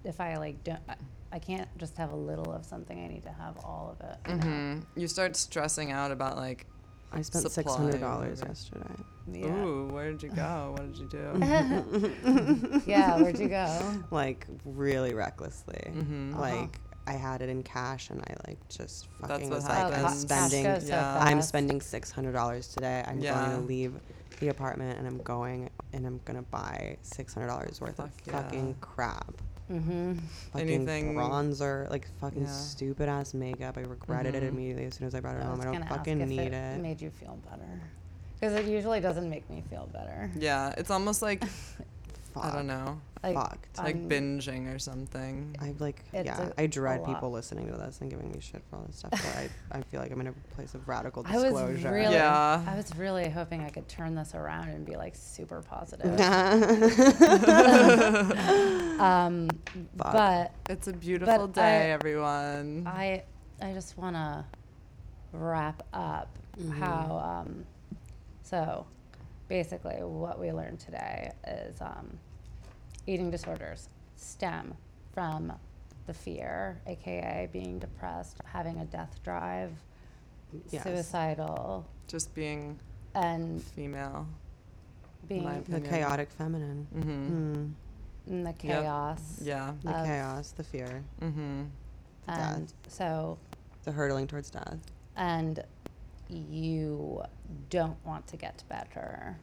Speaker 1: If I like don't, I- I can't just have a little of something. I need to have all of it. you know?
Speaker 3: Mm-hmm.
Speaker 2: hmm you start stressing out about like
Speaker 3: I spent
Speaker 2: Supply
Speaker 3: six hundred dollars
Speaker 2: or-
Speaker 3: yesterday.
Speaker 1: Yeah.
Speaker 2: ooh where did you go what did you do
Speaker 1: yeah. Where'd you go?
Speaker 3: Like really recklessly.
Speaker 1: Uh-huh.
Speaker 2: Mhm.
Speaker 3: Like I had it in cash, and I like just
Speaker 2: That's
Speaker 3: fucking
Speaker 2: what
Speaker 3: was like, I'm
Speaker 1: ca- cash
Speaker 2: happens.
Speaker 3: spending.
Speaker 1: goes so
Speaker 2: yeah.
Speaker 3: I'm
Speaker 1: Oh, fast.
Speaker 3: spending six hundred dollars today. I'm
Speaker 2: Yeah.
Speaker 3: going to leave the apartment, and I'm going, and I'm gonna buy six hundred dollars worth of
Speaker 2: Fuck yeah.
Speaker 3: fucking crap.
Speaker 1: Mm-hmm.
Speaker 3: fucking
Speaker 2: Anything-
Speaker 3: bronzer, like fucking
Speaker 2: Yeah.
Speaker 3: stupid ass makeup. I regretted
Speaker 2: Mhm.
Speaker 3: it immediately as soon as I brought it
Speaker 1: I
Speaker 3: home.
Speaker 1: was
Speaker 3: I don't
Speaker 1: Mm-hmm. gonna ask
Speaker 3: fucking
Speaker 1: if
Speaker 3: need
Speaker 1: it,
Speaker 3: it.
Speaker 1: Made you feel better? Because it usually doesn't make me feel better.
Speaker 2: yeah it's almost like
Speaker 3: Fuck.
Speaker 2: i don't know
Speaker 1: Like,
Speaker 3: Fucked.
Speaker 2: like
Speaker 1: Um,
Speaker 2: binging or something
Speaker 3: I like
Speaker 1: It's
Speaker 3: yeah.
Speaker 1: a-
Speaker 3: I
Speaker 1: a
Speaker 3: dread
Speaker 1: lot.
Speaker 3: people listening to this and giving me shit for all this stuff. But I, I feel like I'm in a place of radical
Speaker 1: I was
Speaker 3: disclosure.
Speaker 1: really,
Speaker 2: Yeah.
Speaker 1: I was really hoping I could turn this around and be like super positive. um,
Speaker 3: Fuck.
Speaker 1: but
Speaker 2: it's a beautiful
Speaker 1: I-
Speaker 2: day everyone
Speaker 1: I I just want to wrap up how um, so basically what we learned today is um, eating disorders stem from the fear, aka being depressed, having a death drive,
Speaker 3: Yes.
Speaker 1: suicidal,
Speaker 2: just being
Speaker 1: and
Speaker 2: female
Speaker 1: being
Speaker 2: My-
Speaker 3: the
Speaker 2: opinion.
Speaker 3: chaotic feminine.
Speaker 2: hmm
Speaker 3: Mm.
Speaker 1: in the chaos.
Speaker 2: yeah
Speaker 3: The
Speaker 1: Mm-hmm. Of-
Speaker 3: chaos, the fear,
Speaker 2: hmm
Speaker 1: And so
Speaker 3: the hurtling towards death.
Speaker 1: and you don't want to get better.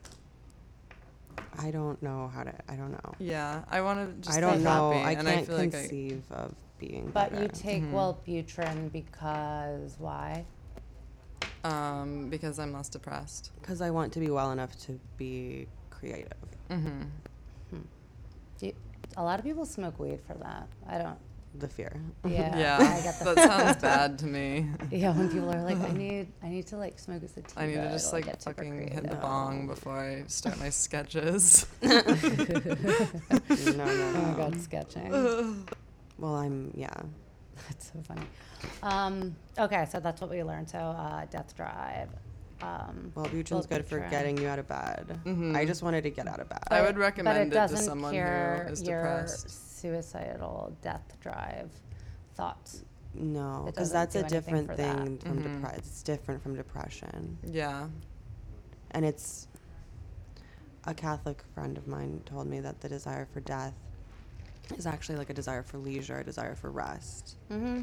Speaker 3: I don't know how to. I don't know.
Speaker 2: Yeah, I want to just
Speaker 3: I don't
Speaker 2: be
Speaker 3: know.
Speaker 2: happy,
Speaker 3: I
Speaker 2: and
Speaker 3: can't
Speaker 2: I feel like I,
Speaker 3: conceive of being.
Speaker 1: But you
Speaker 3: better.
Speaker 1: take Wellbutrin because why?
Speaker 2: um, because I'm less depressed.
Speaker 3: because I want to be well enough to be creative.
Speaker 2: Mm-hmm.
Speaker 1: Do you, a lot of people smoke weed for that. I don't.
Speaker 3: The fear.
Speaker 1: Yeah.
Speaker 2: Yeah,
Speaker 1: I get
Speaker 2: that
Speaker 1: the.
Speaker 2: sounds bad to me.
Speaker 1: Yeah, when people are like, I need, I need to like smoke a sativa.
Speaker 2: I need to just
Speaker 1: it'll
Speaker 2: like
Speaker 1: get super
Speaker 2: fucking hit
Speaker 1: creative."
Speaker 2: the bong before I start my sketches.
Speaker 3: no, no,
Speaker 1: Oh my
Speaker 3: no.
Speaker 1: god, sketching. That's
Speaker 3: Well, I'm yeah.
Speaker 1: so funny. Um, okay, so that's what we learned. So uh, Death Drive. Um,
Speaker 3: Well, Butrin's good for
Speaker 1: Wellbutrin.
Speaker 3: getting you out of bed.
Speaker 2: Mhm.
Speaker 3: I just wanted to get out of bed.
Speaker 2: I
Speaker 1: Mm-hmm. But-
Speaker 2: would recommend it,
Speaker 1: but it,
Speaker 2: to
Speaker 1: doesn't
Speaker 2: someone
Speaker 1: cure
Speaker 2: who is
Speaker 1: your
Speaker 2: depressed.
Speaker 1: suicidal death drive thoughts.
Speaker 3: No,
Speaker 1: It
Speaker 3: because
Speaker 1: doesn't
Speaker 3: that's
Speaker 1: do
Speaker 3: a
Speaker 1: anything
Speaker 3: different
Speaker 1: for that. Mm-hmm.
Speaker 3: thing from
Speaker 2: Mhm.
Speaker 3: depression. It's different from depression,
Speaker 2: Yeah.
Speaker 3: Um, and it's. A Catholic friend of mine told me that the desire for death is actually like a desire for leisure, a desire for rest.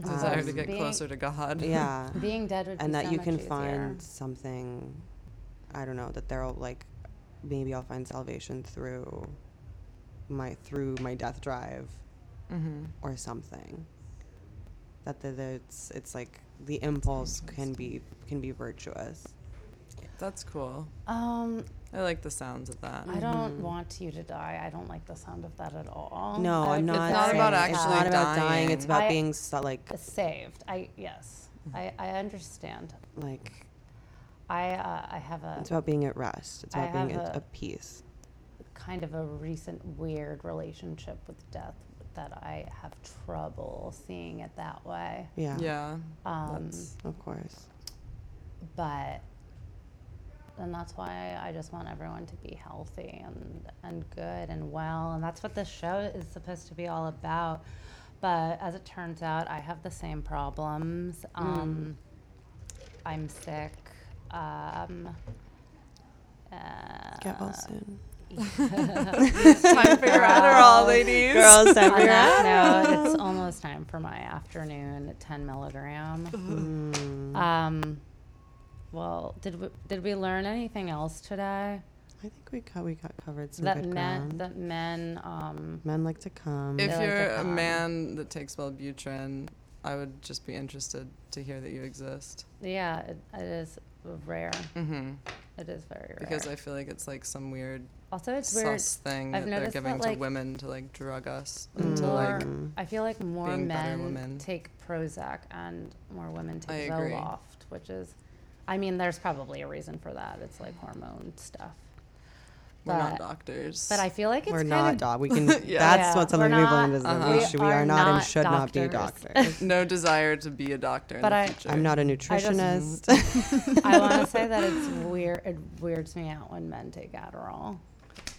Speaker 1: Mm-hmm.
Speaker 2: Desire to
Speaker 3: Um,
Speaker 2: get
Speaker 1: being-
Speaker 2: closer to God.
Speaker 3: Yeah.
Speaker 1: Being dead would
Speaker 3: and
Speaker 1: be
Speaker 3: that
Speaker 1: so
Speaker 3: you
Speaker 1: much
Speaker 3: can
Speaker 1: easier.
Speaker 3: find something i don't know that they'll like maybe i'll find salvation through my through my death drive
Speaker 2: Mm-hmm.
Speaker 3: or something that the, the it's it's like the impulse can be can be virtuous
Speaker 2: That's cool.
Speaker 1: Um,
Speaker 2: I like the sounds of that.
Speaker 1: I don't
Speaker 3: Mm-hmm.
Speaker 1: want you to die. I don't like the sound of that at all.
Speaker 3: no
Speaker 1: I
Speaker 3: i'm
Speaker 1: would be
Speaker 3: not
Speaker 2: not
Speaker 1: very
Speaker 3: saying-
Speaker 2: about
Speaker 3: it's
Speaker 2: actually
Speaker 3: not about dying,
Speaker 2: dying.
Speaker 3: it's about
Speaker 1: I-
Speaker 3: being so, like
Speaker 1: uh, saved. I yes, I I understand.
Speaker 3: like
Speaker 1: I uh, I have a
Speaker 3: it's about being at rest it's
Speaker 1: I
Speaker 3: about being
Speaker 1: have
Speaker 3: at
Speaker 1: a-
Speaker 3: a peace
Speaker 1: kind of a recent weird relationship with death that I have trouble seeing it that way.
Speaker 3: yeah
Speaker 2: Yeah.
Speaker 1: Um,
Speaker 2: that's-
Speaker 3: of course
Speaker 1: but and that's why I just want everyone to be healthy and and good and well and that's what this show is supposed to be all about. But as it turns out, I have the same problems. Um, I'm sick. Um, uh,
Speaker 3: get well soon
Speaker 2: Time for your Adderall, ladies.
Speaker 3: girls
Speaker 1: On that note, it's almost time for my afternoon 10 milligram.
Speaker 2: Mm.
Speaker 1: Um, well, did we, did we learn anything else today?
Speaker 3: I think we co- we got covered some
Speaker 1: that
Speaker 3: good
Speaker 1: men
Speaker 3: ground.
Speaker 1: that men um
Speaker 3: men like to come.
Speaker 2: If
Speaker 1: like to
Speaker 2: you're a
Speaker 1: come.
Speaker 2: man that takes Wellbutrin, I would just be interested to hear that you exist.
Speaker 1: yeah, it, it is rare.
Speaker 2: Mm-hmm.
Speaker 1: It is very rare.
Speaker 2: Because I feel like it's like some weird
Speaker 1: also it's weird
Speaker 2: sus thing
Speaker 1: I've
Speaker 2: that they're
Speaker 1: noticed
Speaker 2: giving
Speaker 1: that, like, Mm.
Speaker 2: to women to like drug us
Speaker 3: Mm.
Speaker 2: into
Speaker 1: more,
Speaker 2: like
Speaker 1: I feel like more
Speaker 2: being better
Speaker 1: men
Speaker 2: women.
Speaker 1: take Prozac and more women take
Speaker 2: I agree.
Speaker 1: Zoloft, which is I mean, there's probably a reason for that. It's like hormone stuff.
Speaker 2: we're not
Speaker 1: But-
Speaker 2: doctors.
Speaker 1: But I feel like it's
Speaker 3: we're
Speaker 1: kind
Speaker 3: not
Speaker 1: of
Speaker 3: dog. We can.
Speaker 2: Yeah.
Speaker 3: That's
Speaker 1: Yeah,
Speaker 3: what something
Speaker 1: we're
Speaker 3: we've
Speaker 1: not-
Speaker 3: learned is that
Speaker 2: Uh-huh.
Speaker 3: we,
Speaker 2: we
Speaker 3: should, we
Speaker 1: are
Speaker 3: are not, and
Speaker 1: not
Speaker 3: should not be
Speaker 1: doctors.
Speaker 3: doctors.
Speaker 2: no desire to be a doctor in
Speaker 1: But
Speaker 2: the
Speaker 1: I-
Speaker 2: future.
Speaker 3: I'm not a nutritionist.
Speaker 1: just- I want to say that it's weird. It weirds me out when men take Adderall.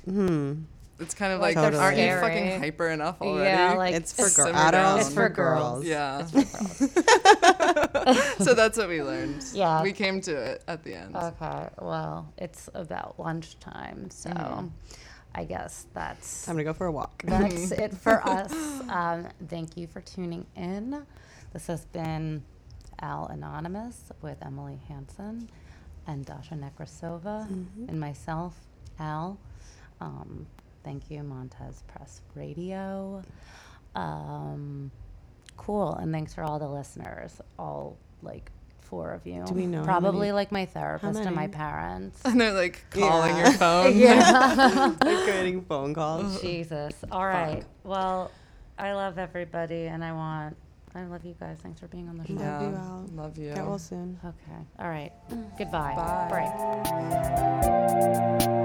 Speaker 3: hmm.
Speaker 2: It's kind of
Speaker 1: Like,
Speaker 2: like,
Speaker 3: they're
Speaker 2: aren't you
Speaker 1: scary.
Speaker 2: fucking hyper enough already?
Speaker 1: Yeah, like
Speaker 3: It's for
Speaker 2: Simmer
Speaker 3: girls. Adderall's
Speaker 2: down.
Speaker 3: for,
Speaker 1: for
Speaker 3: girls.
Speaker 1: girls.
Speaker 2: yeah. so that's what we learned.
Speaker 1: Yeah. Uh,
Speaker 2: We came to it at the end.
Speaker 1: Okay, well, it's about lunchtime, so I guess that's
Speaker 3: Time to go for a walk.
Speaker 1: that's it for us. Um, thank you for tuning in. This has been Al Anonymous with Emily Hansen and Dasha Nekrasova
Speaker 3: Mm-hmm.
Speaker 1: and myself, Al. Um, thank you, Montez Press Radio. Um, cool, and thanks for all the listeners, all like four of you.
Speaker 3: Do we know how
Speaker 1: Probably
Speaker 3: many-
Speaker 1: like my therapist and my
Speaker 3: many?
Speaker 1: parents.
Speaker 2: And they're like calling
Speaker 3: Yeah.
Speaker 2: your phone.
Speaker 3: Like getting phone calls.
Speaker 1: Jesus. All right. Well, I love everybody and I want I love you guys. Thanks for being on the show.
Speaker 3: Love you, Al.
Speaker 2: Love you.
Speaker 3: Get well soon.
Speaker 1: Okay. All right. Goodbye.
Speaker 2: Bye.
Speaker 1: Break.